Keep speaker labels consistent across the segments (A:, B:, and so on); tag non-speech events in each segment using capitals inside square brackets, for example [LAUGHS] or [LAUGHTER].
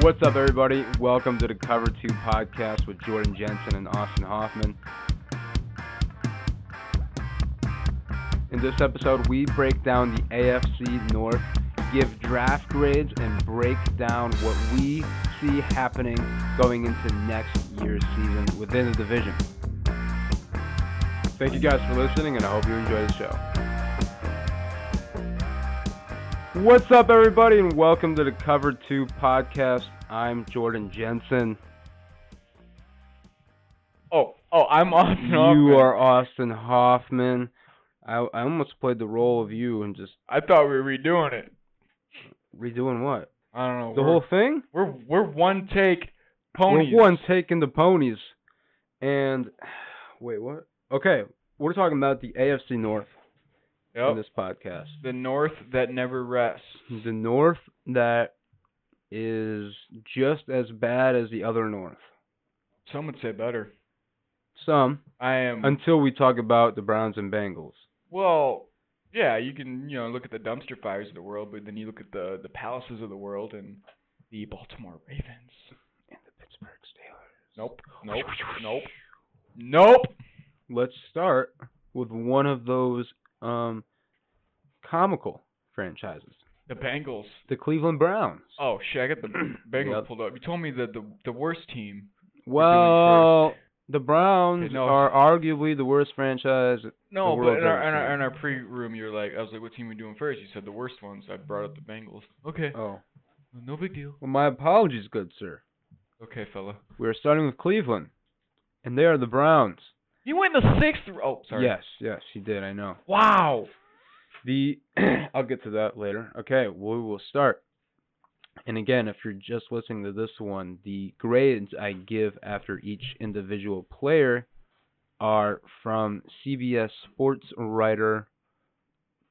A: What's up, everybody? Welcome to the Cover 2 podcast with Jordan Jensen and Austin Hoffman. In this episode, we break down the AFC North, give draft grades, and break down what we see happening going into next year's season within the division. Thank you guys for listening, and I hope you enjoy the show. What's up, everybody, and welcome to the Cover 2 podcast. I'm Jordan Jensen.
B: Oh, oh, I'm Austin.
A: You are Austin Hoffman. I, I almost played the role of you and just
B: I thought we were redoing it.
A: redoing what?
B: I don't know.
A: The
B: we're,
A: whole thing?
B: We're we're one take ponies.
A: We're one taking the ponies. And [SIGHS] wait, what? Okay, we're talking about the AFC North in
B: Yep.
A: this podcast.
B: The North that never rests.
A: The North that is just as bad as the other North.
B: Some would say better.
A: Some
B: I am.
A: until we talk about the Browns and Bengals.
B: well, yeah, you can you know look at the dumpster fires of the world, but then you look at the the palaces of the world and the Baltimore Ravens.
A: and the Pittsburgh Steelers.
B: Nope. Nope. nope. Nope.
A: Let's start with one of those um, comical franchises,
B: The Bengals.
A: the Cleveland Browns.
B: Oh shit! I got the
A: [CLEARS THROAT]
B: Bengals
A: Yep.
B: pulled up. You told me that the the worst team.
A: well, the Browns
B: Okay, no.
A: are arguably the worst franchise.
B: No, but
A: world
B: in our,
A: doesn't
B: in our
A: care.
B: in our pre room, you were like, I was like, what team we doing first? You said the worst ones. I brought up the Bengals. Okay,
A: Oh,
B: no big deal.
A: well, my apologies, good sir.
B: Okay, fella.
A: We are starting with Cleveland, and they are the Browns.
B: You went in the sixth. r- Oh, sorry.
A: Yes, yes, you did. I know.
B: Wow.
A: The [CLEARS THROAT] I'll get to that later. Okay, we will start. And again, if you're just listening to this one, the grades I give after each individual player are from CBS sports writer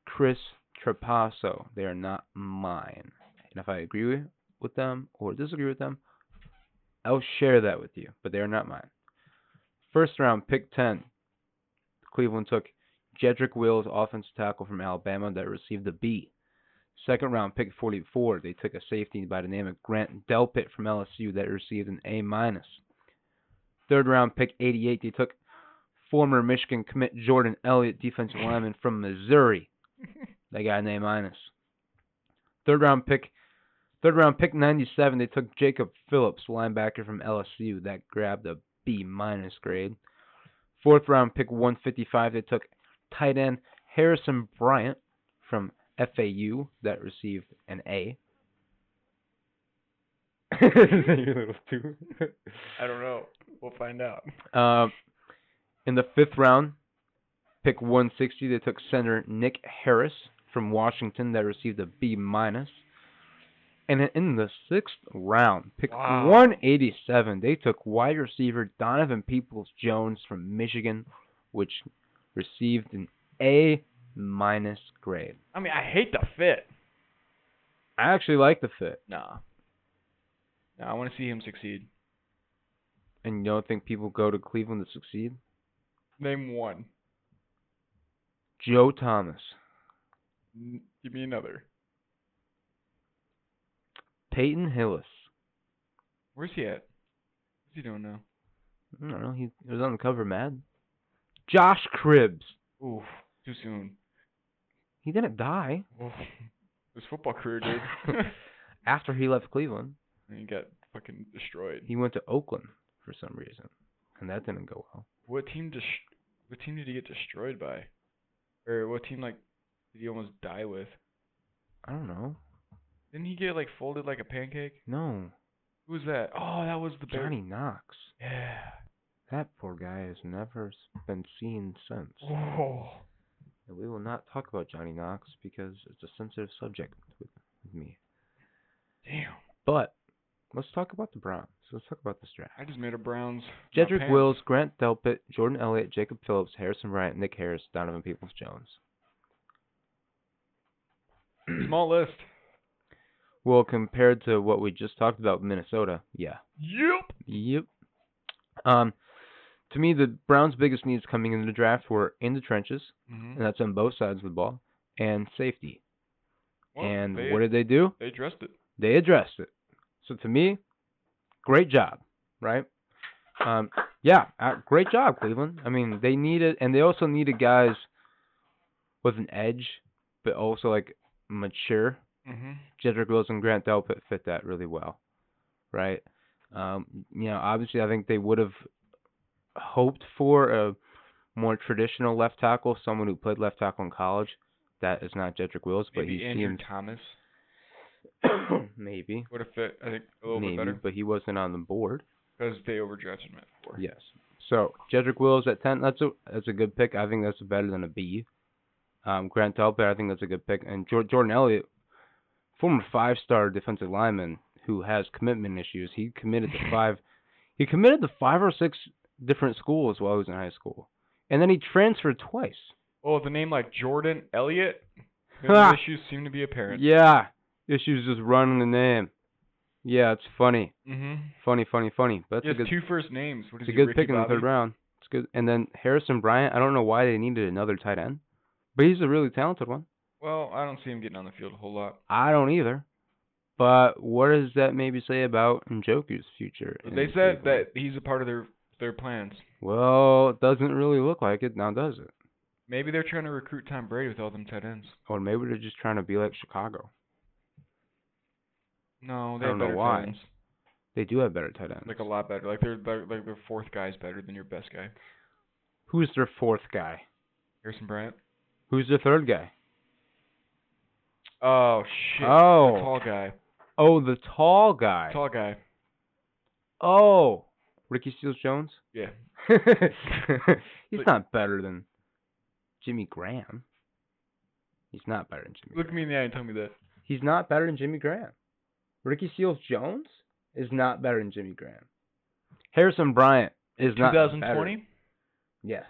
A: Chris Trapasso. They are not mine. And if I agree with- with them or disagree with them, I'll share that with you, but they are not mine. First round, pick 10. Cleveland took Jedrick Wills, offensive tackle from Alabama, that received a B. Second round pick 44, they took a safety by the name of Grant Delpit from LSU that received an A minus. Third round pick 88, they took former Michigan commit Jordan Elliott, defensive lineman from Missouri. They got an A minus. Third round pick, third round pick 97, they took Jacob Phillips, linebacker from LSU, that grabbed a B minus grade. Fourth round pick 155, they took tight end Harrison Bryant from FAU that received an A.
B: I don't know. We'll find out.
A: Um, in the fifth round, pick 160, they took center Nick Harris from Washington that received a B minus. And in the sixth round, pick
B: Wow.
A: 187, they took wide receiver Donovan Peoples Jones from Michigan, which received an A minus grade.
B: I mean, I hate the fit.
A: I actually like the fit,
B: Nah. Nah, I want to see him succeed.
A: and you don't think people go to Cleveland to succeed?
B: Name one.
A: Joe Thomas,
B: N- Give me another.
A: Peyton Hillis.
B: Where's he at? What's he doing now?
A: I don't know. He was on the cover, mad. Josh Cribbs.
B: Ooh, too soon.
A: He didn't die
B: Oof. His football career, [LAUGHS] dude.
A: after he left Cleveland.
B: and he got fucking destroyed.
A: He went to Oakland for some reason, and that didn't go well.
B: What team dest- What team did he get destroyed by? Or what team like did he almost die with?
A: I don't know.
B: Didn't he get like folded like a pancake?
A: No,
B: Who was that? Oh, that was the Bear-
A: Johnny Knox.
B: Yeah.
A: That poor guy has never s- been seen since.
B: Oh.
A: And we will not talk about Johnny Knox because it's a sensitive subject with with me.
B: Damn.
A: But let's talk about the Browns. Let's talk about this draft.
B: I just made a Browns. my
A: Jedrick
B: pants.
A: Wills, Grant Delpit, Jordan Elliott, Jacob Phillips, Harrison Bryant, Nick Harris, Donovan Peoples Jones.
B: [CLEARS THROAT] Small list.
A: Well, compared to what we just talked about, Minnesota, yeah.
B: Yep.
A: Yep. Um, to me, the Browns' biggest needs coming into the draft were in the trenches,
B: Mm-hmm.
A: and that's on both sides of the ball, and safety. and
B: they,
A: what did they do?
B: they dressed it.
A: They addressed it. So to me, great job, right? Um, yeah, uh, great job, Cleveland. I mean, they needed, and they also needed guys with an edge, but also like mature.
B: Mm-hmm.
A: Jedrick Wills and Grant Delpit fit that really well, right? Um, you know, obviously, I think they would have hoped for a more traditional left tackle, someone who played left tackle in college. That is not Jedrick Wills, but
B: Maybe
A: he
B: Andrew
A: seemed
B: Thomas [COUGHS]
A: [COUGHS] maybe,
B: would have fit. I think a little
A: maybe,
B: bit better
A: but he wasn't on the board.
B: because they overdrafted him at four.
A: Yes. So Jedrick Wills at ten, that's a that's a good pick. I think that's better than a B. Um, Grant Delpit, I think that's a good pick, and Jor- Jordan Elliott, former five-star defensive lineman who has commitment issues. He committed to five, he committed to five or six different schools while he was in high school, and then he transferred twice.
B: Well, with a Oh, name like Jordan
A: [LAUGHS]
B: Elliott, his
A: Ha!
B: issues seem to be apparent.
A: Yeah, issues just running the name. Yeah, it's funny,
B: Mm-hmm.
A: funny, funny, funny. But
B: He
A: that's
B: has
A: a good,
B: two first names. What is
A: it's a
B: he,
A: good
B: Ricky
A: pick in the
B: Bobby?
A: third round. It's good. And then Harrison Bryant, I don't know why they needed another tight end, but he's a really talented one.
B: Well, I don't see him getting on the field a whole lot.
A: I don't either. But what does that maybe say about Njoku's future?
B: But
A: in
B: they said
A: Cleveland?
B: that he's a part of their their plans.
A: Well, it doesn't really look like it now, does it?
B: Maybe they're trying to recruit Tom Brady with all them tight ends.
A: Or maybe they're just trying to be like Chicago.
B: No, they
A: I
B: have
A: don't know
B: better
A: why.
B: tight ends.
A: They do have better tight ends.
B: Like a lot better. Like their their- like their fourth guy's better than your best guy.
A: Who's their fourth guy?
B: Harrison Bryant.
A: Who's their third guy?
B: Oh shit.
A: Oh.
B: The tall guy.
A: Oh, the tall guy.
B: Tall guy.
A: Oh, Ricky Seals Jones.
B: Yeah.
A: He's
B: But-
A: not better than Jimmy Graham. He's not better than Jimmy.
B: Look me in the eye and tell me that.
A: He's not better than Jimmy Graham. Ricky Seals Jones is not better than Jimmy Graham. Harrison Bryant is not better.
B: 2020.
A: Yes.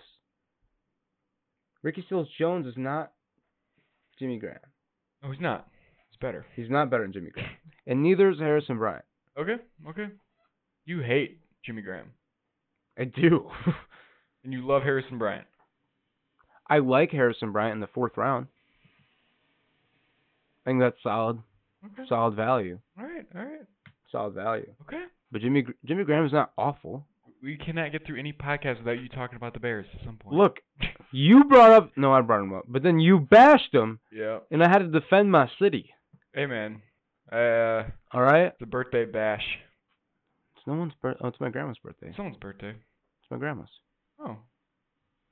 A: Ricky Seals Jones is not Jimmy Graham.
B: No, he's not. He's better.
A: He's not better than Jimmy Graham. And neither is Harrison Bryant.
B: Okay. Okay. You hate Jimmy Graham
A: I do. [LAUGHS]
B: and you love Harrison Bryant.
A: I like Harrison Bryant in the fourth round. I think that's solid,
B: Okay.
A: solid value,
B: All right. All right.
A: solid value.
B: Okay.
A: But Jimmy Gr- Jimmy Graham is not awful.
B: We cannot get through any podcast without you talking about the Bears at some point.
A: Look, [LAUGHS] you brought up no, I brought him up, but then you bashed him,
B: Yeah.
A: and I had to defend my city.
B: Hey man. Uh,
A: All right,
B: the birthday bash.
A: it's no one's birth. Oh, it's my grandma's birthday. It's
B: Someone's birthday.
A: my grandma's.
B: Oh.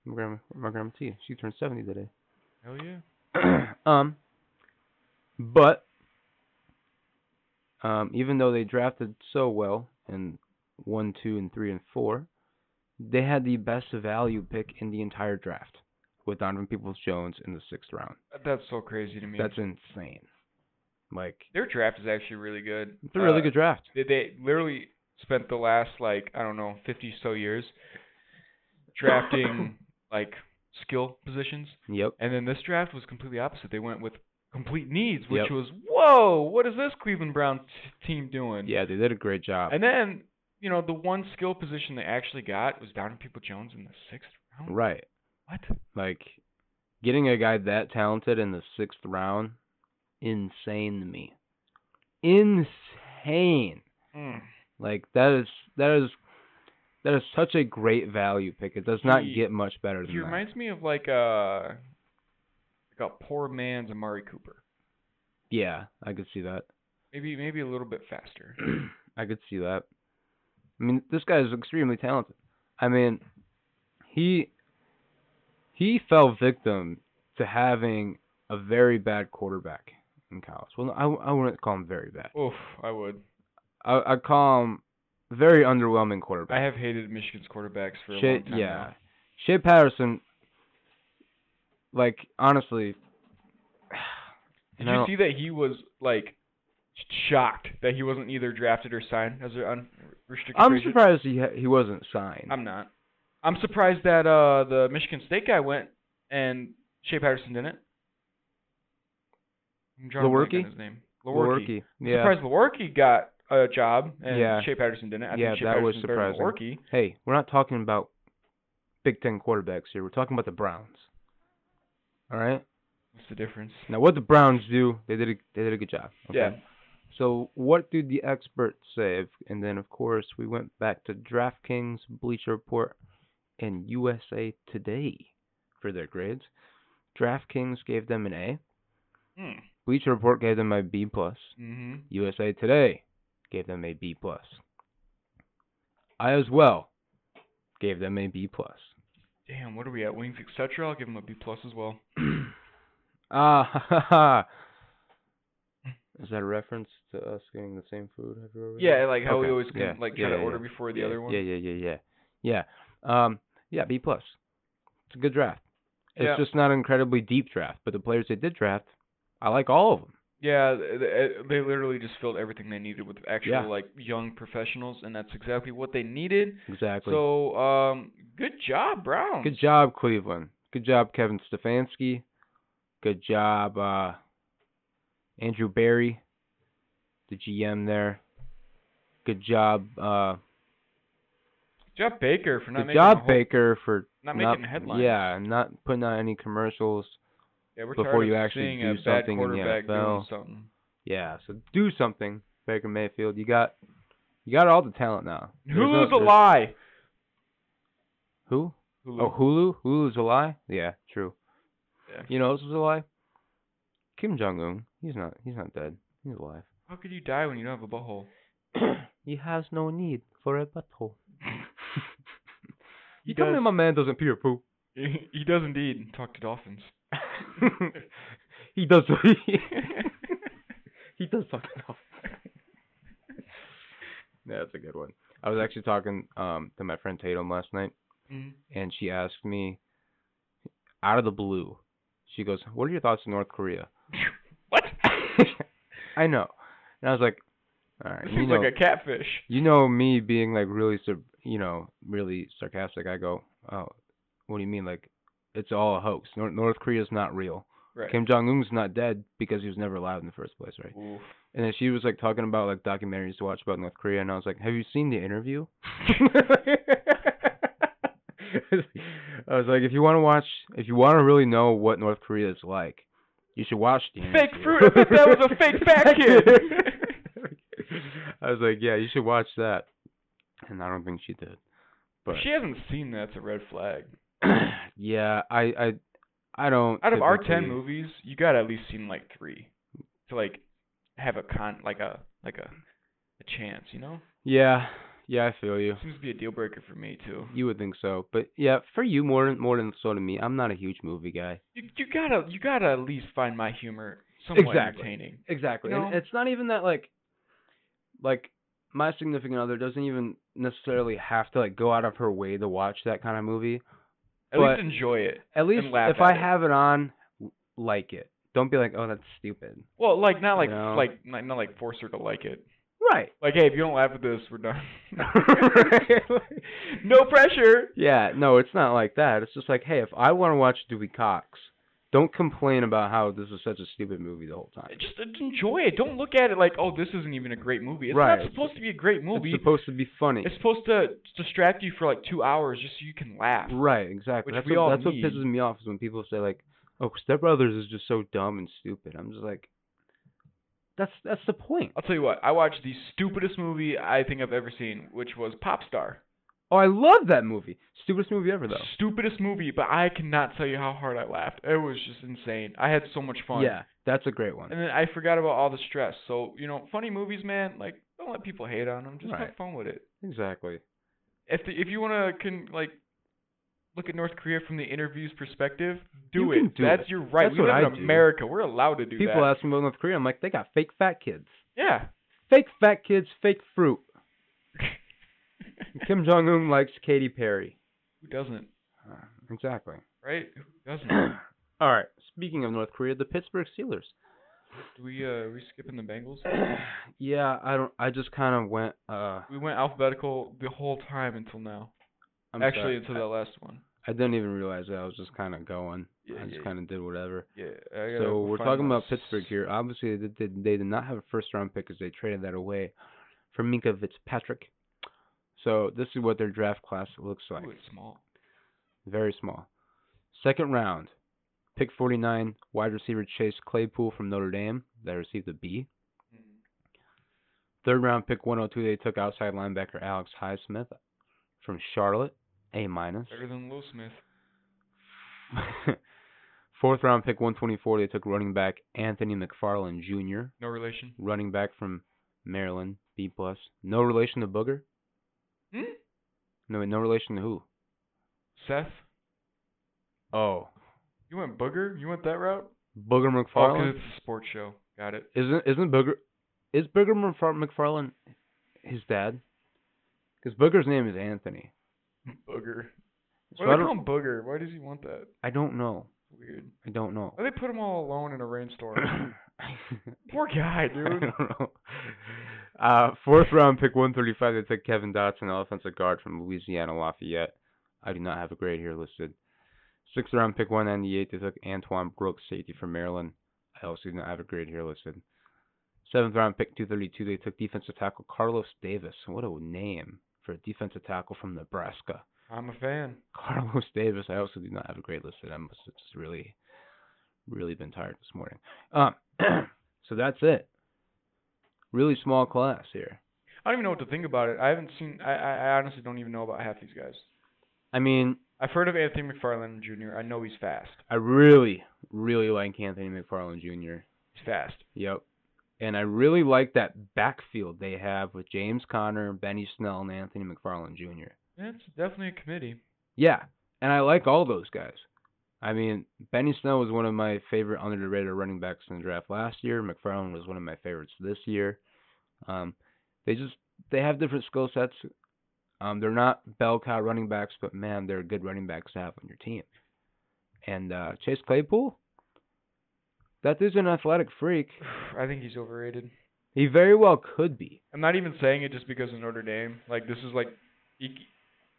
A: My grandma, my grandma T. She turned seventy today.
B: Hell yeah.
A: um, but um, even though they drafted so well in one, two, and three, and four, they had the best value pick in the entire draft with Donovan Peoples-Jones in the sixth round.
B: That's so crazy to me.
A: That's insane. Like
B: Their draft is actually really good.
A: it's a really
B: Uh,
A: good draft.
B: They, they literally spent the last like I don't know fifty so years
A: [LAUGHS]
B: drafting like skill positions,
A: Yep.
B: and then this draft was completely opposite. They went with complete needs, which
A: Yep.
B: was whoa, what is this Cleveland Brown t- team doing?
A: Yeah, they did a great job.
B: And then you know the one skill position they actually got was Donovan People Jones in the sixth round.
A: Right.
B: What?
A: Like getting a guy that talented in the sixth round, insane to me. Insane.
B: Mm.
A: Like that is that is that is such a great value pick. It does not
B: He-
A: get much better than
B: He
A: that.
B: reminds me of like a like a poor man's Amari Cooper.
A: yeah, I could see that.
B: Maybe maybe a little bit faster.
A: [CLEARS THROAT] I could see that. I mean, this guy is extremely talented. I mean, he he fell victim to having a very bad quarterback in college. Well, I, I wouldn't call him very bad.
B: Oof, I would.
A: I I'd call him very underwhelming quarterback.
B: I have hated Michigan's quarterbacks for a
A: Shea-
B: long time
A: yeah.
B: now.
A: Shea Patterson, like honestly, [SIGHS]
B: Did
A: No.
B: you see that he was like shocked that he wasn't either drafted or signed as an unrestricted
A: I'm
B: free agent?
A: surprised he ha- he wasn't signed.
B: I'm not. I'm surprised that uh the Michigan State guy went and Shea Patterson didn't. I'm drawing a blank
A: Lewerke?
B: on his name. Lewerke.
A: Lewerke,
B: I'm
A: yeah.
B: surprised Lewerke got a job and
A: Yeah.
B: Shea Patterson didn't. I
A: Yeah,
B: think Shea
A: that was
B: Patterson's better than
A: surprising.
B: Lewerke.
A: Hey, we're not talking about Big Ten quarterbacks here. We're talking about the Browns. All right.
B: What's the difference?
A: Now, what the Browns do, they did a, they did a good job. okay?
B: Yeah.
A: So, what do the experts say? And then, of course, we went back to DraftKings, Bleacher Report, and USA Today for their grades. DraftKings gave them an A.
B: Hmm.
A: Bleacher Report gave them a B plus.
B: Mm-hmm.
A: USA Today gave them a B plus. I as well gave them a B plus.
B: Damn, what are we at? Wings, etc. I'll give them a B plus as well.
A: [CLEARS THROAT] ah, [LAUGHS] ha, ha, ha. Is that a reference to us getting the same food every over
B: Yeah, like how we
A: Okay,
B: always can,
A: yeah,
B: like
A: yeah,
B: try to
A: yeah,
B: order
A: yeah.
B: before the
A: yeah,
B: other one.
A: Yeah, yeah, yeah, yeah, yeah. Um, yeah, B plus. It's a good draft. It's
B: Yeah.
A: just not an incredibly deep draft, but the players they did draft, I like all of them.
B: Yeah, th- th- uh, they literally just filled everything they needed with actual
A: Yeah.
B: like young professionals, and that's exactly what they needed.
A: Exactly.
B: So, um, good job, Brown.
A: Good job, Cleveland. Good job, Kevin Stefanski. Good job, uh, Andrew Barry, the GM there. Good job, uh,
B: Good job, Baker, for not
A: good
B: making a
A: job
B: whole-
A: Baker for
B: not
A: not
B: making headlines.
A: yeah, not putting out any commercials.
B: Yeah, we're
A: before
B: tired
A: you
B: of
A: actually
B: seeing
A: do
B: a bad
A: something in the
B: quarterback doing
A: NFL.
B: something.
A: Yeah, so do something, Baker Mayfield. You got you got all the talent now. There's no-
B: Hulu's a
A: there's-
B: lie.
A: Who?
B: Hulu.
A: Oh, Hulu. Hulu's a lie. Yeah, true.
B: Yeah.
A: You know, this is a lie. Kim Jong Un. He's not. He's not dead. He's
B: [COUGHS]
A: alive.
B: How could you die when you don't have
A: [LAUGHS]
B: a butthole?
A: he has no need for a butthole.
B: He
A: you tell me
B: does.
A: my man doesn't pee or poo.
B: [LAUGHS] he does indeed talk to dolphins.
A: [LAUGHS] he does. he does talk enough. yeah, [LAUGHS] that's a good one. I was actually talking um to my friend Tatum last night,
B: Mm.
A: and she asked me, out of the blue, she goes, "What are your thoughts on North Korea?"
B: [LAUGHS]
A: [LAUGHS]
B: What?
A: I know, and I was like, "All right,
B: This
A: you [LAUGHS]
B: seems
A: know,
B: like a catfish.
A: you know me being like really sar- you know really sarcastic i go oh what do you mean like it's all a hoax north, north korea's not real
B: Right.
A: kim jong-un's not dead because he was never alive in the first place right
B: Oof.
A: and then she was like talking about like documentaries to watch about north korea and i was like have you seen the interview [LAUGHS] i was like if you want to watch if you want to really know what north korea is like you should watch the
B: Fake
A: interview.
B: fruit. I thought that
A: [LAUGHS]
B: was a fake fat kid.
A: I was like, yeah, you should watch that. And I don't think she did. But
B: If she hasn't seen that, it's a red flag.
A: [CLEARS THROAT] yeah, I I I don't
B: Out of our ten
A: typically-
B: movies, you gotta at least seen like three to like have a con like a like a a chance. You know,
A: Yeah. Yeah, I feel you.
B: seems to be a deal breaker for me too.
A: You would think so. But yeah, for you more than more than so to me. I'm not a huge movie guy.
B: You, you gotta you gotta at least find my humor somewhat
A: Exactly.
B: entertaining.
A: Exactly.
B: No.
A: And it's not even that like like my significant other doesn't even necessarily have to like go out of her way to watch that kind of movie.
B: At
A: But-
B: least enjoy it.
A: At least
B: laugh
A: if I
B: at it.
A: have it on, w- like it. Don't be like, "Oh, that's stupid."
B: Well, like not like
A: No.
B: like not, not like force her to like it.
A: [LAUGHS] Right.
B: Like, hey, if you don't laugh at this, we're done. [LAUGHS] no pressure.
A: Yeah, no, it's not like that. It's just like, hey, if I want to watch Dewey Cox, don't complain about how this is such a stupid movie the whole time.
B: Just uh, enjoy it. Don't look at it like, oh, this isn't even a great movie. It's
A: Right.
B: not supposed to be a great movie.
A: It's supposed to be funny.
B: It's supposed to distract you for like two hours just so you can laugh.
A: Right, exactly.
B: Which
A: That's,
B: we
A: what,
B: all
A: that's what
B: need.
A: pisses me off is when people say like, "Oh, Step Brothers is just so dumb and stupid." I'm just like, that's that's the point.
B: I'll tell you what, I watched the stupidest movie I think I've ever seen, which was Popstar.
A: Oh, I love that movie. Stupidest movie ever though.
B: Stupidest movie, but I cannot tell you how hard I laughed. It was just insane. I had so much [LAUGHS] fun.
A: Yeah, that's a great one.
B: And then I forgot about all the stress. So, you know, funny movies, man, like don't let people hate on them. Just
A: Right.
B: have fun with it.
A: Exactly.
B: If the, if you want to can like look at North Korea from the interview's perspective, do
A: You
B: it.
A: can do
B: That's
A: it.
B: your right.
A: That's
B: we
A: what
B: live
A: I
B: in
A: do.
B: America. We're allowed to do
A: People
B: that.
A: ask me about North Korea. I'm like, they got fake fat kids,
B: yeah.
A: fake fat kids, fake
B: [LAUGHS]
A: fruit. Kim Jong Un likes Katy Perry.
B: Who doesn't?
A: Uh,
B: [CLEARS THROAT]
A: exactly.
B: Right? Who doesn't?
A: [CLEARS THROAT] All right. Speaking of North Korea, the Pittsburgh
B: [CLEARS THROAT]
A: Steelers.
B: Do we uh are we skipping the Bengals?
A: yeah, I don't. I just kind of went. Uh,
B: We went alphabetical the whole time until now.
A: I'm
B: Actually,
A: sorry.
B: until that last one.
A: I didn't even realize that. I was just kind of going.
B: Yeah,
A: I just
B: yeah,
A: kind of did whatever.
B: Yeah. I gotta
A: So
B: go
A: we're
B: find
A: talking
B: my
A: about Pittsburgh here. Obviously, they did, they did not have a first round pick because they traded that away for Minka Fitzpatrick. So this is what their draft class looks
B: s-
A: like.
B: Ooh, it's small.
A: Very small. Second round, pick 49, wide receiver Chase Claypool from Notre Dame. They received a B.
B: Mm.
A: Third round pick 102, they took outside linebacker Alex Highsmith from Charlotte, A minus.
B: Better than Will Smith.
A: [LAUGHS] Fourth round pick 124, they took running back Anthony McFarland Jr.,
B: No relation.
A: running back from Maryland, B plus. No relation to Booger?
B: Hmm?
A: No, no relation to who?
B: Seth,
A: Oh,
B: you went booger? You went that route?
A: Booger
B: Oh, 'cause
A: McFarland.
B: it's a sports show. Got it.
A: Isn't isn't Booger is Booger McFar- McFarland his dad? Because Booger's name is Anthony.
B: Booger.
A: So
B: Why do
A: I
B: they call
A: don't,
B: him Booger? Why does he want that?
A: I don't know.
B: Weird.
A: I don't know.
B: Why they put him all alone in
A: [LAUGHS] [CLEARS THROAT]
B: a rainstorm?
A: I
B: Poor guy, dude.
A: don't know. Uh, fourth round pick 135. They took Kevin Dotson, offensive guard from Louisiana Lafayette. I do not have a grade here listed. Sixth round pick 198. They took Antoine Brooks, safety from Maryland. I also do not have a grade here listed. Seventh round pick 232. They took defensive tackle Carlos Davis. What a name for a defensive tackle from Nebraska.
B: I'm a fan.
A: Carlos [LAUGHS] Davis. I also do not have a grade listed. I must have just really, really been tired this morning. Um, [CLEARS THROAT] so that's it. Really small class here.
B: I don't even know what to think about it. I haven't seen. I, I I honestly don't even know about half these guys.
A: I mean,
B: I've heard of Anthony McFarland Jr. I know he's fast.
A: I really, really like Anthony McFarland Jr.
B: He's fast.
A: Yep. And I really like that backfield they have with James Conner, Benny Snell, and Anthony McFarland Jr.
B: It's definitely a committee. [SIGHS]
A: Yeah, and I like all those guys. I mean, Benny Snell was one of my favorite underrated running backs in the draft last year. McFarland was one of my favorites this year. Um, they just they have different skill sets. Um, they're not bell cow running backs, but man, they're good running backs to have on your team. And uh, Chase Claypool, that dude's an athletic freak.
B: I think he's overrated.
A: He very well could be.
B: I'm not even saying it just because of Notre Dame. Like this is like, you c-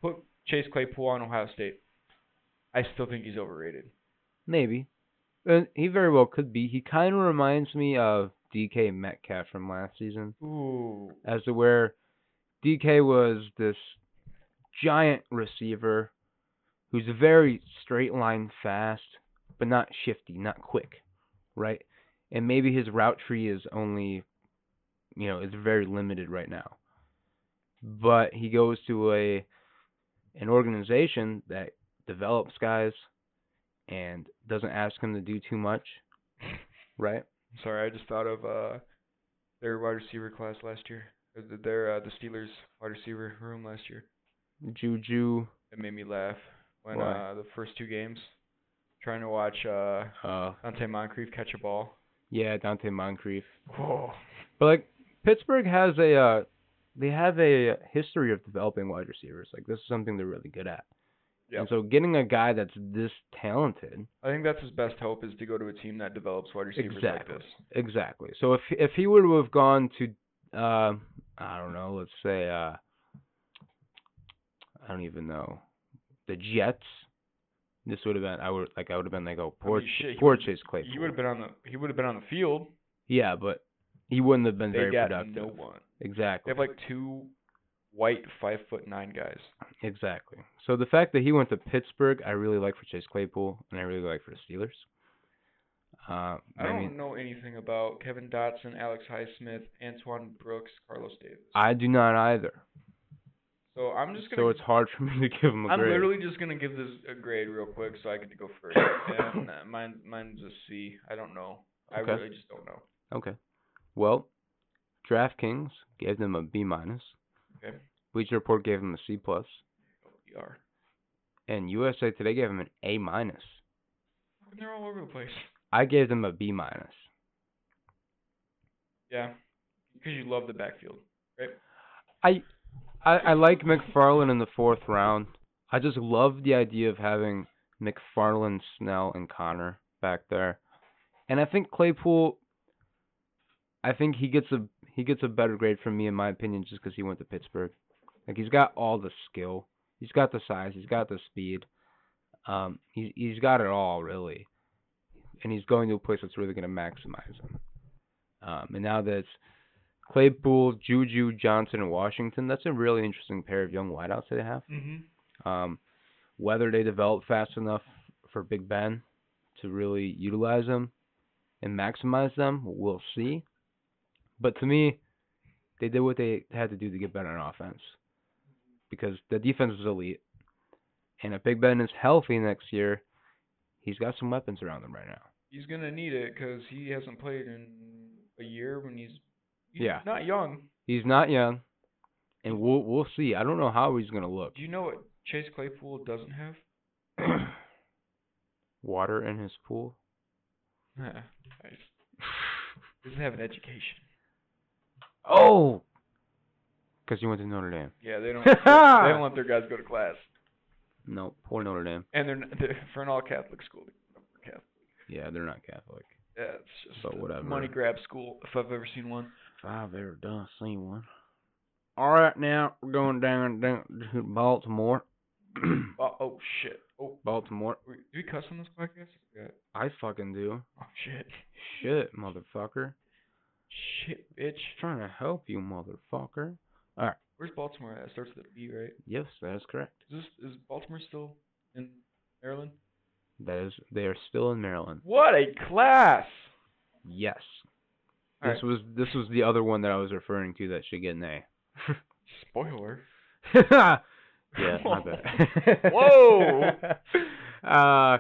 B: put Chase Claypool on Ohio State. I still think he's overrated.
A: Maybe. Uh, he very well could be. He kind of reminds me of DK Metcalf from last season.
B: Ooh.
A: as to where DK was this giant receiver who's very straight line fast, but not shifty, not quick, right? And maybe his route tree is only, you know, is very limited right now. But he goes to a an organization that develops guys and doesn't ask him to do too much, right?
B: Sorry, I just thought of uh, their wide receiver class last year. Or th- Their uh, the Steelers wide receiver room last year.
A: Juju,
B: It made me laugh when
A: Why?
B: uh the first two games, trying to watch uh
A: uh,
B: Dante Moncrief catch a ball.
A: yeah, Dante Moncrief.
B: Whoa.
A: But like Pittsburgh has a uh, they have a history of developing wide receivers. Like this is something they're really good at.
B: Yeah.
A: And so getting a guy that's this talented,
B: I think that's his best hope is to go to a team that develops wide receivers
A: Exactly.
B: like this.
A: exactly. So if if he would have gone to uh, I don't know, let's say uh, I don't even know the Jets. This would have been I would like I would have been like oh
B: I
A: poor
B: mean, shit, he
A: poor
B: would've-
A: Chase Claypool.
B: He would have been on the he would have been on the field.
A: yeah, but he wouldn't have been
B: They
A: very
B: got
A: productive.
B: no one. They
A: Exactly.
B: have like two white five foot nine guys.
A: Exactly. So the fact that he went to Pittsburgh, I really like for Chase Claypool, and I really like for the Steelers. Uh,
B: I
A: I,
B: don't
A: mean,
B: know anything about Kevin Dotson, Alex Highsmith, Antoine Brooks, Carlos Davis.
A: I do not either.
B: so I'm just gonna
A: So it's hard for [LAUGHS] me to give him a
B: I'm
A: grade.
B: literally just gonna give this a grade real quick so I get to go
A: [COUGHS]
B: first. and uh, mine, mine's a C. I don't know. I
A: Okay.
B: really just don't know.
A: Okay. Well, DraftKings gave them a B minus.
B: Okay.
A: Bleacher Report gave them a C plus,
B: We are.
A: and USA Today gave them an A minus.
B: They're all over the place.
A: I gave them a B minus.
B: Yeah, because you love the backfield.
A: I, I like McFarland in the fourth round. I just love the idea of having McFarland, Snell, and Connor back there. And I think Claypool I think he gets a he gets a better grade from me in my opinion just because he went to Pittsburgh. Like he's got all the skill. He's got the size, he's got the speed. Um he he's got it all really. And he's going to a place that's really gonna maximize him. Um and now that's Claypool, Juju, Johnson, and Washington. That's a really interesting pair of young wideouts that they have.
B: Mm-hmm.
A: Um, whether they develop fast enough for Big Ben to really utilize them and maximize them, we'll see. But to me, They did what they had to do to get better on offense because the defense was elite. And if Big Ben is healthy next year, he's got some weapons around him right now.
B: He's gonna need it because he hasn't played in a year when he's, he's
A: Yeah.
B: not young.
A: He's not young, and we'll we'll see. I don't know how he's gonna look.
B: Do you know what Chase Claypool doesn't have?
A: [CLEARS THROAT] Water in his pool. Uh-uh.
B: Huh, nice. Doesn't have an education.
A: [LAUGHS] Oh, because he went to Notre Dame.
B: Yeah,
A: [LAUGHS]
B: they don't. they don't let their guys go to class,
A: No, poor Notre Dame.
B: and they're, not, they're for an all Catholic school. Catholic.
A: Yeah, they're not Catholic.
B: Yeah, it's just
A: But
B: a
A: whatever.
B: money grab school if I've ever seen one.
A: If I've ever done seen one. All right, now we're going down down to Baltimore. [CLEARS THROAT]
B: Oh, oh shit. Oh,
A: Baltimore.
B: we- do we cuss on this podcast? Yeah.
A: I fucking do.
B: Oh shit.
A: Shit, motherfucker.
B: Shit, bitch.
A: Trying to help you, motherfucker. All right.
B: Where's Baltimore? That starts with a B, right?
A: Yes, that is correct.
B: Is this is Baltimore still in Maryland?
A: That is, they are still in Maryland.
B: What a class!
A: Yes.
B: All
A: This was this was the other one that I was referring to that should get an [LAUGHS]
B: Spoiler.
A: A. yeah, my [LAUGHS] bad.
B: Whoa.
A: uh,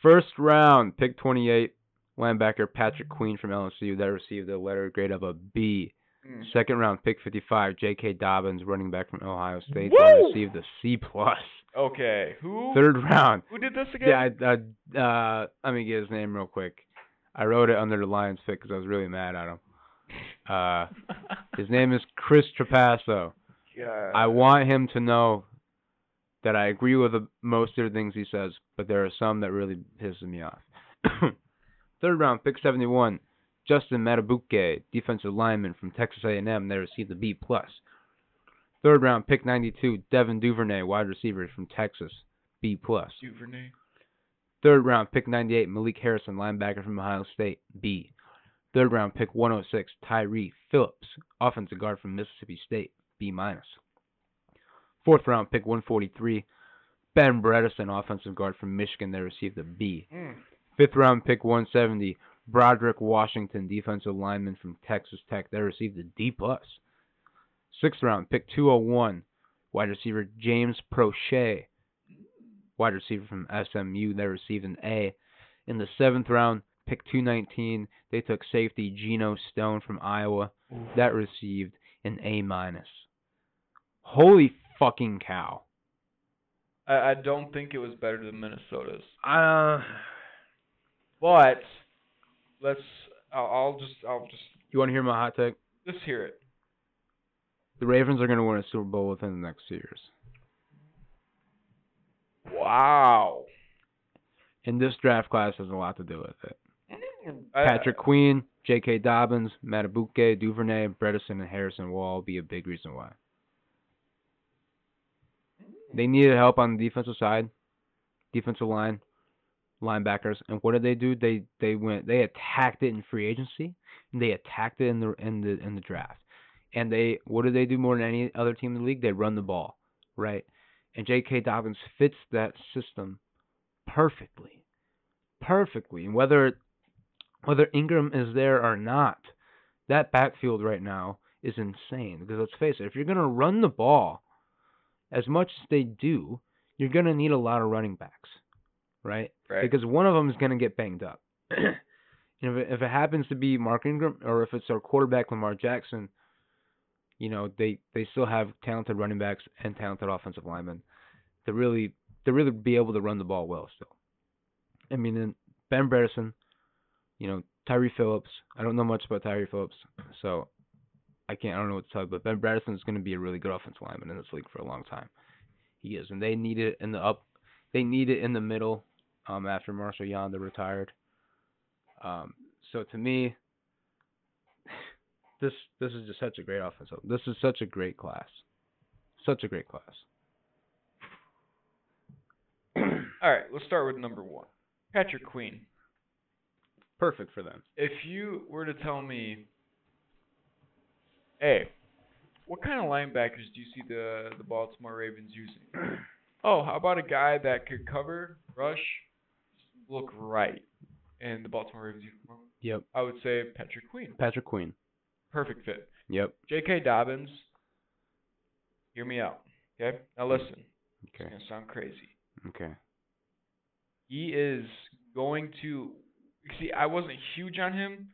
A: first round, pick 28, linebacker Patrick Queen from LSU that received a letter grade of a B.
B: Mm.
A: Second round, pick 55, J.K. Dobbins, running back from Ohio State
B: Woo!
A: that received a C plus.
B: Okay, who
A: Third round,
B: who did this again?
A: Yeah, I, I, uh, let me get his name real quick. I wrote it under the Lions pick because I was really mad at him. Uh,
B: [LAUGHS]
A: his name is Chris Trapasso.
B: God.
A: I want him to know that I agree with the, most of the things he says, but there are some that really pisses me off. [COUGHS] Third round, pick 71, Justin Matabuke, defensive lineman from Texas A&M. They received a B+. plus. Third round, pick 92, Devin Duvernay, wide receiver from Texas, B+. plus.
B: Duvernay.
A: Third round pick 98, Malik Harrison, linebacker from Ohio State, B. Third round pick 106, Tyree Phillips, offensive guard from Mississippi State, B minus. Fourth round pick 143, Ben Bredesen, offensive guard from Michigan, they received a B.
B: Mm.
A: Fifth round pick 170, Broderick Washington, defensive lineman from Texas Tech, they received a D plus. Sixth round pick 201, wide receiver James Prochet, wide receiver from SMU. They received an A. In the seventh round, pick 219, they took safety Geno Stone from Iowa. That received an A minus. Holy fucking cow!
B: I, I don't think it was better than Minnesota's,
A: Uh,
B: but let's. I'll, I'll just. I'll just.
A: you want to hear my hot take?
B: Let's hear it.
A: The Ravens are going to win a Super Bowl within the next two years.
B: Wow.
A: And this draft class has a lot to do with it.
B: I-
A: Patrick Queen, J.K. Dobbins, Matabuke, Duvernay, Bredesen, and Harrison will all be a big reason why. They needed help on the defensive side, defensive line, linebackers, and what did they do? They they went they attacked it in free agency, and they attacked it in the in the in the draft, and they what did they do more than any other team in the league? They run the ball, right? And J.K. Dobbins fits that system perfectly, perfectly. And whether whether Ingram is there or not, that backfield right now is insane. Because let's face it, if you're going to run the ball as much as they do, you're going to need a lot of running backs, right?
B: Right.
A: Because one of them is going to get banged up. and if it, if it happens to be Mark Ingram or if it's our quarterback Lamar Jackson, you know they they still have talented running backs and talented offensive linemen to really to really be able to run the ball well still. I mean, and Ben Bredesen, you know Tyree Phillips. I don't know much about Tyree Phillips, so I can't. I don't know what to tell you. But Ben Bredesen is going to be a really good offensive lineman in this league for a long time. He is, and they need it in the up. They need it in the middle. Um, after Marshall Yonder retired. Um, so to me, [SIGHS] this this is just such a great offense. This is such a great class. Such a great class.
B: All right, let's start with number one. Patrick Queen.
A: Perfect for them.
B: If you were to tell me, hey, what kind of linebackers do you see the the Baltimore Ravens using? [CLEARS THROAT] oh, how about a guy that could cover, rush, look right, and the Baltimore Ravens uniform?
A: Yep.
B: I would say Patrick Queen.
A: Patrick Queen.
B: Perfect fit.
A: Yep.
B: J.K. Dobbins, hear me out. Okay? Now listen. It's
A: Okay.
B: going to sound crazy.
A: Okay.
B: He is going to. See, I wasn't huge on him,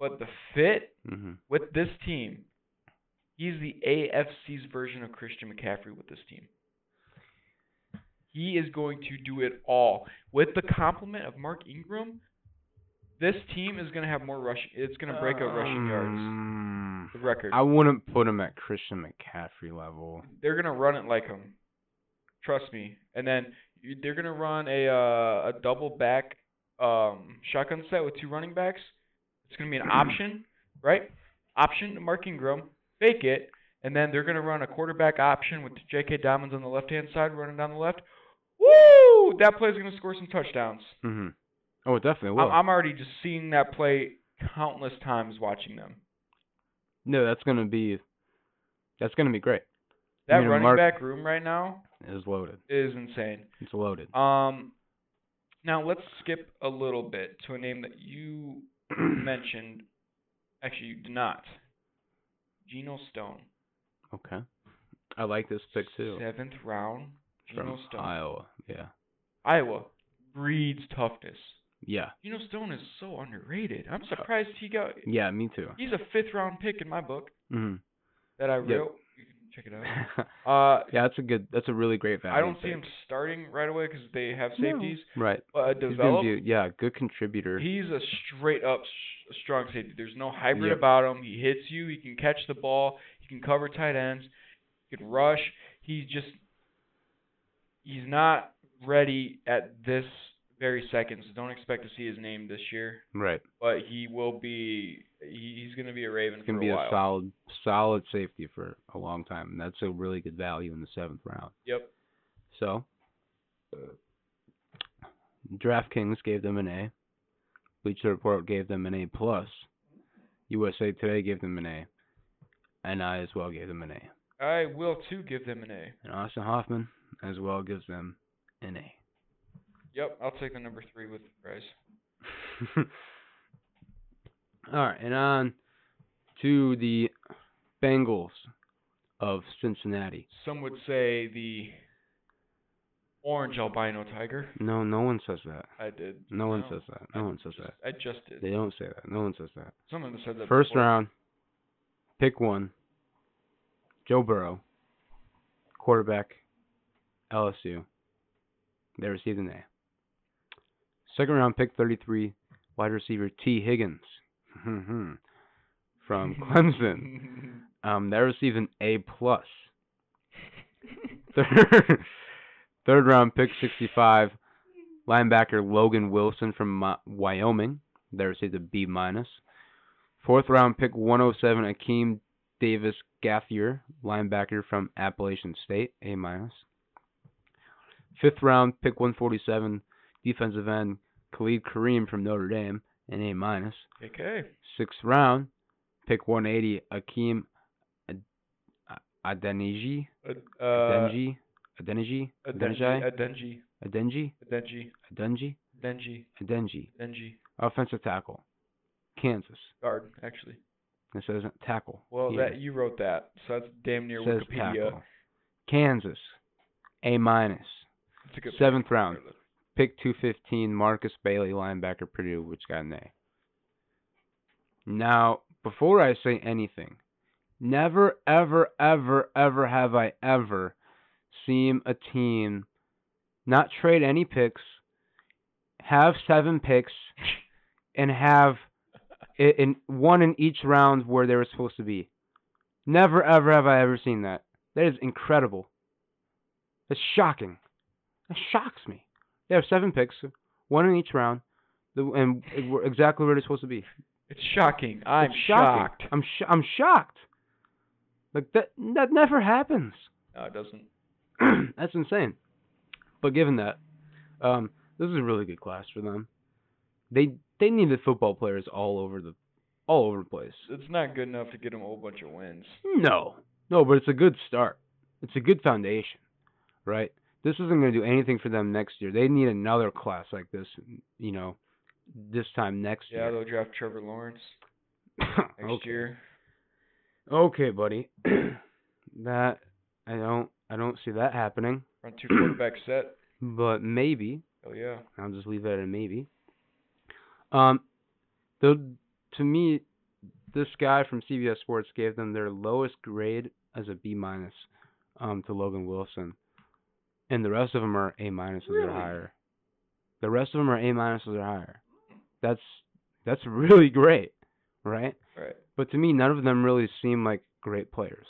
B: but the fit
A: Mhm.
B: with this team, he's the AFC's version of Christian McCaffrey with this team. He is going to do it all. With the compliment of Mark Ingram, this team is going to have more rushing. It's going to break out rushing yards.
A: Mm.
B: The record.
A: I wouldn't put him at Christian McCaffrey level.
B: They're going to run it like him. Trust me. And then you- they're going to run a uh, a double back um, shotgun set with two running backs. It's going to be
A: [CLEARS THROAT]
B: an option, right? Option to Mark Ingram, fake it, and then they're going to run a quarterback option with J.K. Dobbins on the left hand side running down the left. Woo! That play's going to score some touchdowns.
A: Mhm. Oh, it definitely
B: I'm,
A: will.
B: I'm already just seeing that play countless times watching them.
A: no, that's gonna be. That's gonna be great.
B: That
A: Yeah,
B: running
A: Mark-
B: back room right now
A: It's loaded.
B: is insane.
A: It's loaded.
B: Um, now let's skip a little bit to a name that you
A: Uh,
B: mentioned. Actually, you did not. Geno Stone,
A: [CLEARS THROAT] okay. I like this pick too.
B: seventh round. Geno
A: From
B: Stone,
A: Iowa. Yeah.
B: Iowa, breeds toughness.
A: Yeah.
B: Geno Stone is so underrated. I'm surprised he got.
A: Yeah. Me too.
B: He's a fifth round pick in my book
A: Mhm.
B: that I wrote.
A: Yeah.
B: You can check it out. Uh,
A: [LAUGHS] yeah, that's a good. That's a really great [LAUGHS] value.
B: I don't see
A: pick.
B: him starting right away because they have
A: No.
B: safeties.
A: Right.
B: Uh,
A: He's gonna
B: develop.
A: be yeah, good contributor.
B: He's a straight up s- strong safety. There's no hybrid
A: Yep.
B: about him. He hits you. He can catch the ball. He can cover tight ends. He can rush. He's just he's not ready at this very second. So don't expect to see his name this year.
A: right.
B: But he will be. He, he's going to be a Raven
A: He's gonna
B: for
A: be
B: a
A: a,
B: while.
A: solid solid safety for a long time. And that's a really good value in the seventh round.
B: Yep.
A: So DraftKings gave them an A. Bleacher Report gave them an A plus. USA Today gave them an A. And I as well gave them an A.
B: I will too give them an A.
A: And Austin Hoffman as well gives them an A. [LAUGHS]
B: Yep. I'll take the number three with the prize.
A: All right, and on to the Bengals of Cincinnati.
B: Some would say the orange albino tiger.
A: No, no one says that.
B: I did.
A: No one
B: No,
A: says that. No one says
B: Just-
A: that.
B: I just did.
A: They don't say that. No one says that.
B: Someone has said that.
A: First
B: before.
A: round, pick one. Joe Burrow, quarterback, LSU. They received an A. Second round, pick 33, wide receiver T. Higgins [LAUGHS] from
B: [LAUGHS]
A: Clemson. Um, they receive an A plus. Third, third round pick 65, linebacker Logan Wilson from Mi- Wyoming. They received a B minus. Fourth round pick 107, Akeem Davis Gaither, linebacker from Appalachian State, A minus. Fifth round pick 147, defensive end Khalid Kareem from Notre Dame, an A minus
B: [LAUGHS] okay.
A: sixth round, pick 180, Akeem Ad- A- Adeniji,
B: Uh, uh,
A: Adeniji, Adeniji, Adeniji,
B: Adenji. Adenji.
A: Adeniji,
B: Adenji.
A: Adeniji,
B: Adenji.
A: Adeniji,
B: Adenji.
A: offensive tackle, Kansas.
B: Guard, actually.
A: It says tackle.
B: Well,
A: here.
B: that you wrote that, so that's damn near
A: It says
B: Wikipedia.
A: tackle. Kansas, A minus.
B: It's a good
A: Seventh round, pick 215, Marcus Bailey, linebacker, Purdue, which got an A. Now, before I say anything, never, ever, ever, ever have I ever seen a team not trade any picks, have seven picks, and have i- in one in each round where they were supposed to be. Never, ever have I ever seen that. That is incredible. That's shocking. That shocks me. They have seven picks, one in each round, the, and it- we're exactly where they're supposed to be.
B: It's shocking. I'm
A: It's
B: shocked.
A: shocking. I'm sh- I'm shocked. Like that that never happens. [CLEARS THROAT]
B: No, it doesn't.
A: That's insane. But given that, um, this is a really good class for them. They they needed football players all over the all over the place.
B: It's not good enough to get them a whole bunch of wins.
A: No, no, but it's a good start. It's a good foundation, right? This isn't going to do anything for them next year. They need another class like this, you know, this time next
B: Yeah,
A: year. [COUGHS]
B: they'll draft Trevor Lawrence next
A: Okay.
B: year.
A: Okay, buddy. [CLEARS THROAT] that I don't I don't see that happening,
B: Run
A: [CLEARS THROAT]
B: two quarterback set.
A: but maybe
B: Oh yeah.
A: I'll just leave it at a maybe. Um, though to me, this guy from CBS Sports gave them their lowest grade as a B minus, um, to Logan Wilson, and the rest of them are A minuses
B: Really?
A: or higher. The rest of them are A minuses or higher. That's that's really [LAUGHS] great, right?
B: Right. [LAUGHS]
A: But to me, none of them really seem like great players.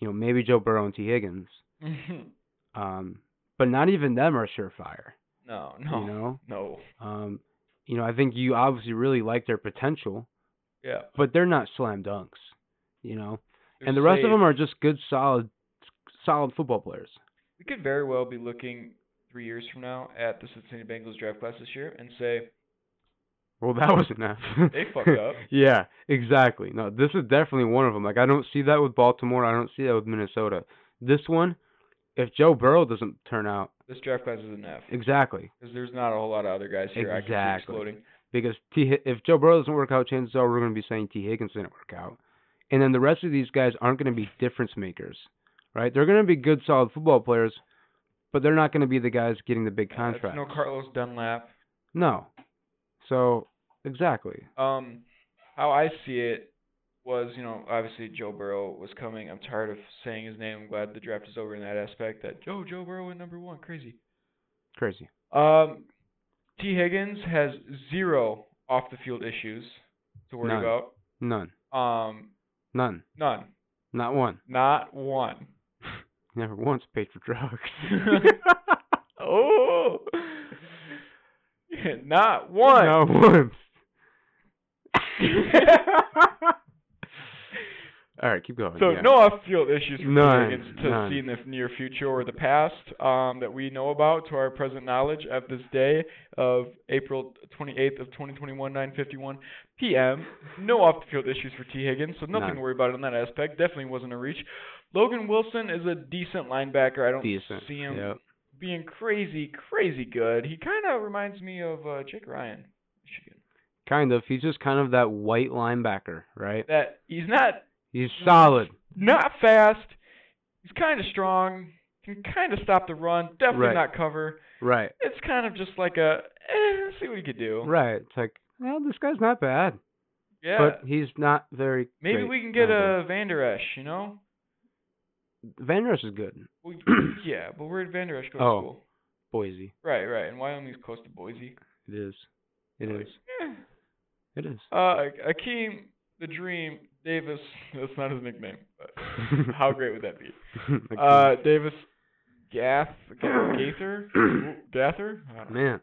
A: You know, maybe Joe Burrow and T Higgins, um, but not even them are surefire.
B: no, no.
A: You know.
B: No.
A: Um, you know, I think you obviously really like their potential,
B: Yeah.
A: but they're not slam dunks, you know.
B: They're
A: and the rest of
B: safe.
A: them are just good, solid, solid football players.
B: we could very well be looking three years from now at the Cincinnati Bengals draft class this year and say,
A: Well, [LAUGHS] that was enough.
B: They fucked up.
A: [LAUGHS] yeah, exactly. No, this is definitely one of them. Like I don't see that with Baltimore. I don't see that with Minnesota. This one, if Joe Burrow doesn't turn out
B: this draft class is an F.
A: exactly,
B: Because there's not a whole lot of other guys here I can see
A: Exactly.
B: exploding.
A: because T, Hi- if Joe Burrow doesn't work out, chances are we're going to be saying T. Higgins didn't work out. And then the rest of these guys aren't going to be difference makers, right? They're going to be good, solid football players, but they're not going to be the guys getting the big
B: Yeah, that's
A: contracts.
B: No Carlos Dunlap.
A: No. So, exactly.
B: Um, how I see it was, you know, obviously Joe Burrow was coming. I'm tired of saying his name. I'm glad the draft is over in that aspect. That Joe Joe Burrow at number one, crazy.
A: Crazy.
B: Um, T Higgins has zero off the field issues to worry
A: None.
B: about.
A: None.
B: Um,
A: None.
B: none,
A: Not one.
B: not one.
A: Never once paid for drugs.
B: [LAUGHS] oh, [LAUGHS] not one.
A: Not [LAUGHS]
B: [LAUGHS]
A: once. All right, keep going.
B: So
A: yeah.
B: no off-field issues for
A: None,
B: Higgins to
A: none.
B: see in the near future or the past um, that we know about to our present knowledge of this day of April 28th of 2021, 9:51 p.m. No off-the-field issues for T. Higgins, so nothing
A: None.
B: to worry about on that aspect. Definitely wasn't a reach. Logan Wilson is a decent linebacker. I don't
A: Decent.
B: see him
A: Yep.
B: being crazy, crazy good. He kind of reminds me of uh, Jake Ryan, Michigan.
A: Kind of. He's just kind of that white linebacker, right?
B: That he's not
A: He's
B: Mm-hmm.
A: solid.
B: not fast. He's kind of strong. Can kind of stop the run. Definitely
A: Right.
B: not cover.
A: Right.
B: It's kind of just like a eh, let's see what he could do.
A: Right. It's like, well, this guy's not bad,
B: Yeah.
A: but he's not very.
B: Maybe
A: great
B: we can get
A: either.
B: a Van Der Esch, you know?
A: Van Der Esch is good. [CLEARS THROAT]
B: We, yeah, but where did Van Der Esch go
A: Oh.
B: to school?
A: Boise.
B: Right, right. And Wyoming's close to Boise.
A: It is. It
B: Like,
A: is.
B: eh.
A: It is. [LAUGHS]
B: Uh, Akeem the Dream Davis. [LAUGHS] That's not his nickname.
A: [LAUGHS]
B: But how great would that be?
A: Like,
B: Uh, Davis Gath
A: [CLEARS THROAT]
B: Gaither Gather. I don't know.
A: man,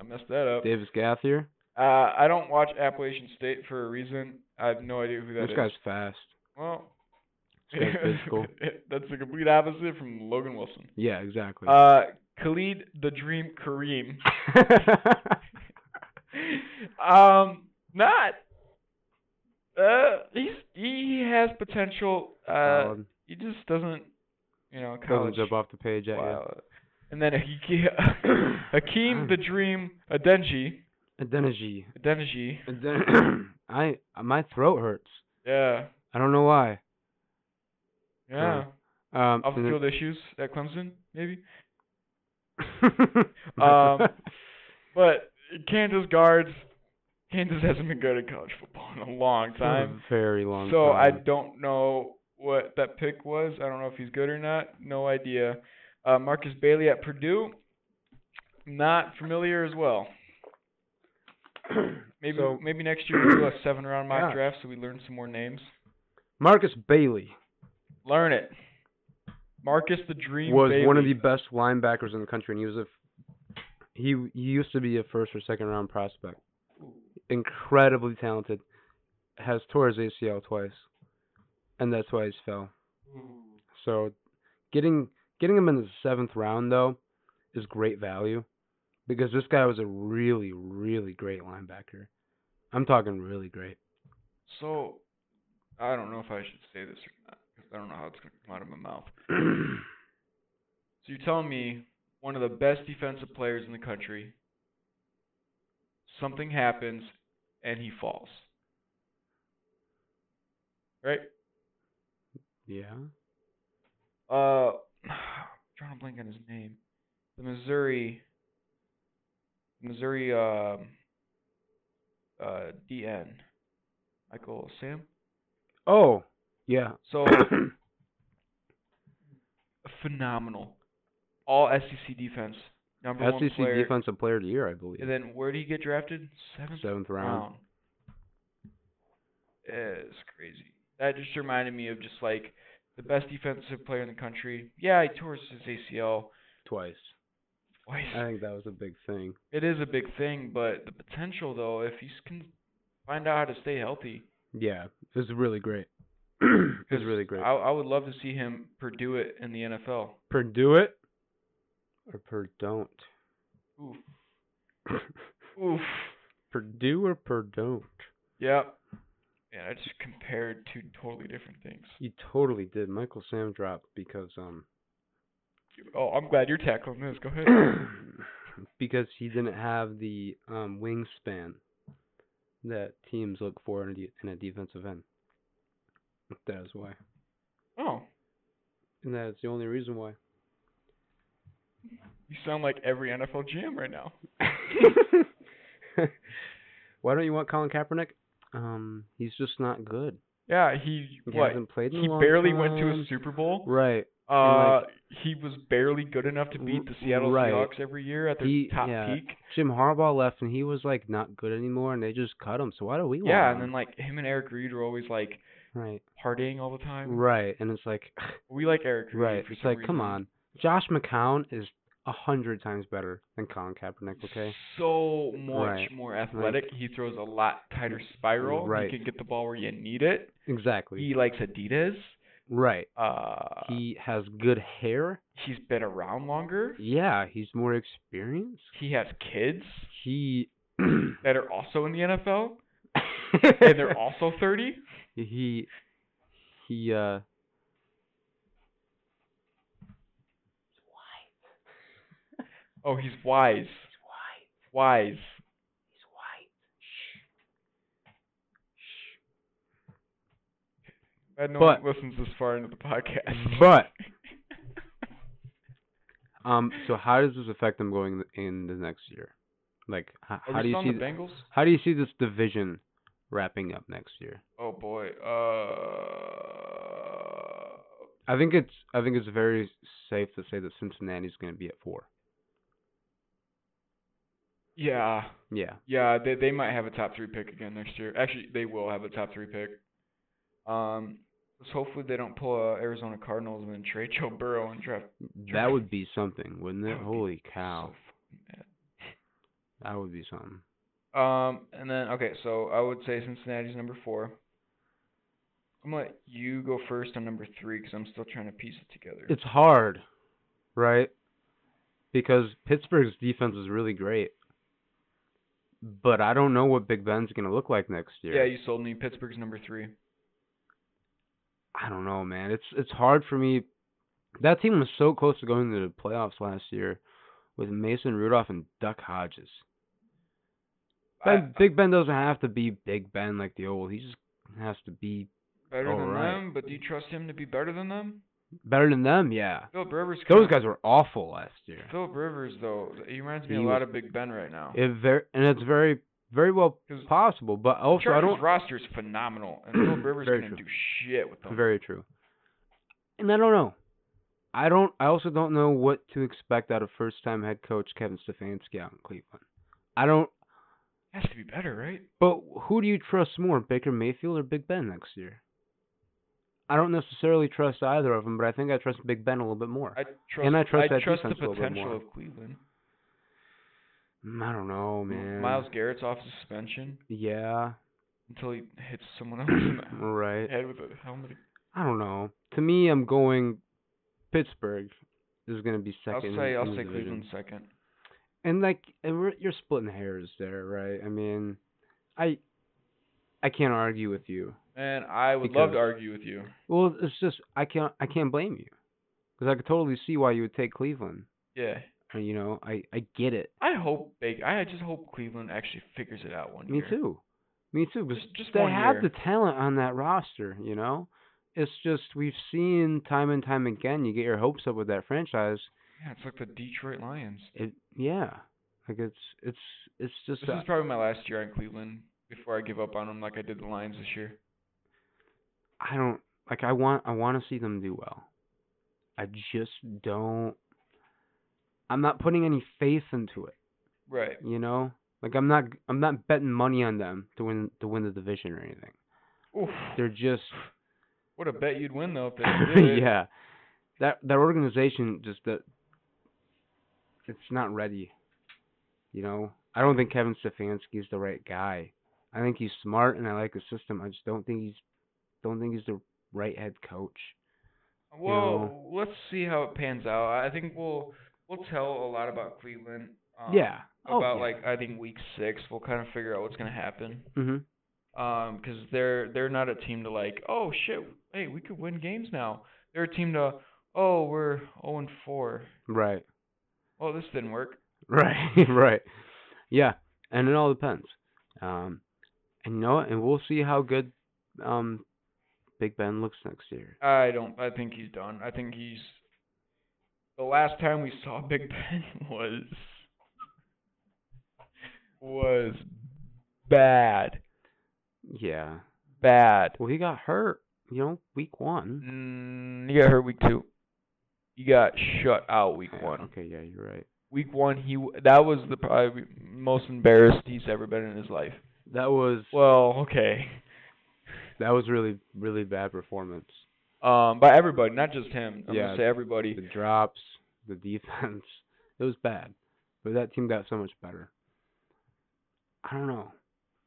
B: I messed that up.
A: Davis Gathier.
B: Uh, I don't watch Appalachian State for a reason. I have no idea who that is.
A: This guy's fast.
B: well,
A: This
B: [LAUGHS]
A: guy's physical.
B: that's the complete opposite from Logan Wilson.
A: Yeah, exactly. [LAUGHS]
B: Uh, Khalid the Dream Kareem. [LAUGHS] um, not. Uh, he's he has potential. Uh,
A: Solid.
B: he just doesn't, you know,
A: doesn't
B: college.
A: jump off the page at
B: wow. And then Hakeem, [LAUGHS] Hakeem the Dream Adenji.
A: you. Adeniji.
B: Adenji.
A: Aden- [CLEARS THROAT] I my throat hurts.
B: Yeah.
A: I don't know why.
B: Yeah.
A: Um,
B: Off the
A: and then-
B: field issues at Clemson, maybe. [LAUGHS]
A: [LAUGHS] um,
B: But Kansas guards, Kansas hasn't been good at college football in a long time.
A: very long.
B: so I
A: time.
B: don't know what that pick was. I don't know if he's good or not. No idea. Uh, Marcus Bailey at Purdue, not familiar as well.
A: [CLEARS THROAT]
B: Maybe
A: So-
B: maybe next year we'll do a
A: [CLEARS THROAT]
B: seven round mock
A: Yeah.
B: draft so we learn some more names.
A: Marcus Bailey
B: Learn it. Marcus the Dream
A: was one of
B: Bailey.
A: the best linebackers in the country, and he was a f- he, he used to be a first or second round prospect. Incredibly talented, has tore his ACL twice, and that's why he's fell. So, getting getting him in the seventh round though is great value, because this guy was a really really great linebacker. I'm talking really great. [CLEARS THROAT]
B: So, I don't know if I should say this or not because I don't know how it's going to come out of my mouth. So you're telling me one of the best defensive players in the country, something happens and he falls, right?
A: Yeah.
B: Uh, [SIGHS] drawing a blank on his name. The Missouri, Missouri, um, uh, DN, Michael Sam.
A: Oh,
B: [COUGHS]
A: yeah.
B: So phenomenal, all SEC defense, number one
A: SEC
B: player.
A: Defensive Player of the Year, I believe.
B: And then where did he get drafted? Seventh
A: Seventh round.
B: round. It's crazy. That just reminded me of just like the best defensive player in the country. Yeah, he tore his ACL
A: Twice.
B: twice.
A: I think that was a big thing.
B: it is a big thing, but the potential though, if you can find out how to stay healthy,
A: Yeah. It was really
B: [COUGHS]
A: great. it was really great.
B: I, I would love to see him Purdue it in the NFL.
A: Per do it or per don't. [COUGHS]
B: Oof. Oof.
A: per do or per don't.
B: Yep. Yeah, I just compared two totally different things.
A: You totally did. Michael Sam dropped because
B: [COUGHS]
A: um
B: Oh, I'm glad you're tackling this. Go ahead.
A: [LAUGHS] because he didn't have the um wingspan that teams look for in a, de- in a defensive end. That is why.
B: oh.
A: And that's the only reason why.
B: You sound like every NFL GM right now.
A: [LAUGHS] why don't you want Colin Kaepernick? Um, he's just not good.
B: Yeah, he
A: He
B: what?
A: hasn't played in a
B: He
A: long
B: barely went to
A: time.
B: a Super Bowl.
A: Right.
B: Uh,
A: like-
B: he was barely good enough to beat the
A: R-
B: Seattle
A: right.
B: Seahawks every year at their
A: He-
B: top
A: yeah.
B: peak.
A: Jim Harbaugh left and he was like not good anymore, and they just cut him. So why do we? want
B: Yeah, and
A: him?
B: then like him and Eric Reed are always like
A: right,
B: partying all the time.
A: right, and it's
B: [SIGHS]
A: like
B: We like Eric Reed.
A: [SIGHS] right,
B: for
A: it's
B: some
A: like come
B: reason.
A: on, Josh McCown is a hundred times better than Colin Kaepernick.
B: [SIGHS]
A: Okay,
B: So much
A: Right.
B: more athletic. he throws a lot tighter spiral.
A: Right.
B: He can get the ball where you need it.
A: exactly.
B: He likes Adidas.
A: right,
B: Uh,
A: he has good hair.
B: he's been around longer.
A: Yeah, he's more experienced.
B: He has kids
A: He
B: that are also in
A: [LAUGHS]
B: the NFL. [LAUGHS] and
A: and [LAUGHS]
B: they're also 30.
A: he he uh
B: Oh, he's wise. Wise.
A: he's white.
B: Glad no
A: But-
B: one listens this far into the
A: [LAUGHS]
B: podcast.
A: But um, so how does this affect them going in the next year? Like, how,
B: Are
A: how
B: we
A: do you
B: still on
A: see
B: the
A: th-
B: Bengals?
A: how do you see this division wrapping up next year?
B: Oh boy. Uh.
A: I think it's I think it's very safe to say that Cincinnati's going to be at four.
B: Yeah.
A: Yeah,
B: Yeah. They they might have a top three pick again next year. Actually, they will have a top three pick. Um. Let's hopefully they don't pull a Arizona Cardinals and then trade [LAUGHS] Joe Burrow and draft.
A: that would be something, wouldn't it?
B: That would be
A: Holy
B: so
A: cow,
B: fucking bad.
A: that would be something.
B: Um, and then okay, so I would say Cincinnati's number four. I'm gonna let you go first on number three because I'm still trying to piece it together.
A: It's hard, right? Because Pittsburgh's defense is really great, but I don't know what Big Ben's going to look like next year.
B: yeah, you sold me. Pittsburgh's number three.
A: I don't know, man. It's it's hard for me. That team was so close to going to the playoffs last year with Mason Rudolph and Duck Hodges.
B: I-
A: Ben, Big Ben doesn't have to be Big Ben like the old. He just has to be
B: better than
A: alright.
B: them, but do you trust him to be better than them?
A: better than them. Yeah,
B: Philip Rivers.
A: those
B: kinda-
A: guys were awful last year.
B: Philip Rivers though, he reminds me
A: He
B: a lot
A: was-
B: of Big Ben right now.
A: It very and it's very very well
B: 'Cause
A: possible, but also I
B: Chargers
A: don't.
B: roster is phenomenal,
A: [CLEARS THROAT]
B: and Philip Rivers
A: Very
B: couldn't
A: true.
B: do shit with them.
A: Very true. And I don't know. I don't. I also don't know what to expect out of first-time head coach Kevin Stefanski out in Cleveland. I don't.
B: Has to be better, right?
A: But who do you trust more, Baker Mayfield or Big Ben next year? I don't necessarily trust either of them, but I think I trust Big Ben a little bit more.
B: I trust.
A: I trust that
B: trust the
A: defense a little bit
B: potential
A: more.
B: of Cleveland.
A: Mm, I, don't know, man.
B: Miles Garrett's off suspension. [CLEARS THROAT]
A: Yeah. [CLEARS THROAT]
B: until he hits someone else in the [CLEARS THROAT]
A: right.
B: head with a helmet.
A: I don't know. To me, I'm going. Pittsburgh is going to be
B: I'll
A: second.
B: say
A: in
B: I'll
A: the
B: say
A: division.
B: Cleveland second.
A: And like, and we're, you're splitting hairs there, right? I mean, I, I can't argue with you.
B: And I would love
A: Because-
B: to argue with you.
A: Well, it's just I can't I can't blame you, because I could totally see why you would take Cleveland.
B: Yeah,
A: And, You know, I I get it.
B: I hope Baker. I just hope Cleveland actually figures it out one
A: Me
B: year.
A: too. Me too. Because
B: Just- just
A: they
B: one
A: have
B: year.
A: the talent on that roster, you know. it's just we've seen time and time again. You get your hopes up with that franchise.
B: Yeah, it's like the Detroit Lions.
A: It yeah, like it's it's it's just
B: This
A: a-
B: is probably my last year in Cleveland before I give up on them like I did the Lions this year.
A: I don't like I want I want to see them do well. I just don't I'm not putting any faith into it,
B: Right.
A: you know? Like I'm not I'm not betting money on them to win to win the division or anything.
B: Oof.
A: They're
B: [LAUGHS]
A: just
B: What a bet you'd
A: [LAUGHS]
B: win though if they did it.
A: yeah. That that organization just that it's not ready. You know, I don't think Kevin Stefanski is the right guy. I think he's smart and I like his system. I just don't think he's don't think he's the right head coach.
B: Well, let's see how it pans out. I think we'll we'll tell a lot about Cleveland. Um,
A: yeah. Oh,
B: About
A: yeah.
B: like I think week six, we'll kind of figure out what's gonna happen.
A: Mhm.
B: Um, because they're they're not a team to like, oh shit, hey, we could win games now. They're a team to, oh, we're 0 and 4.
A: Right. [LAUGHS]
B: Oh, this didn't work.
A: Right, [LAUGHS] right. Yeah, and it all depends. Um, and you know what? And we'll see how good um, Big Ben looks next year.
B: I don't. I think he's done. I think he's. The last time we saw [LAUGHS] Big Ben was was bad,
A: Yeah.
B: bad.
A: Well, he got hurt, you know, week one.
B: Mm, you got hurt week two. You got shut out week
A: Yeah,
B: one.
A: Okay, yeah, you're right.
B: Week one, he w- that was the probably most embarrassed he's ever been in his life.
A: That was
B: Well, okay,
A: that was really really bad performance.
B: um, by everybody, not just him. I'm
A: Yeah.
B: gonna say everybody.
A: The drops, the defense, [LAUGHS] it was bad. But that team got so much better. I don't know.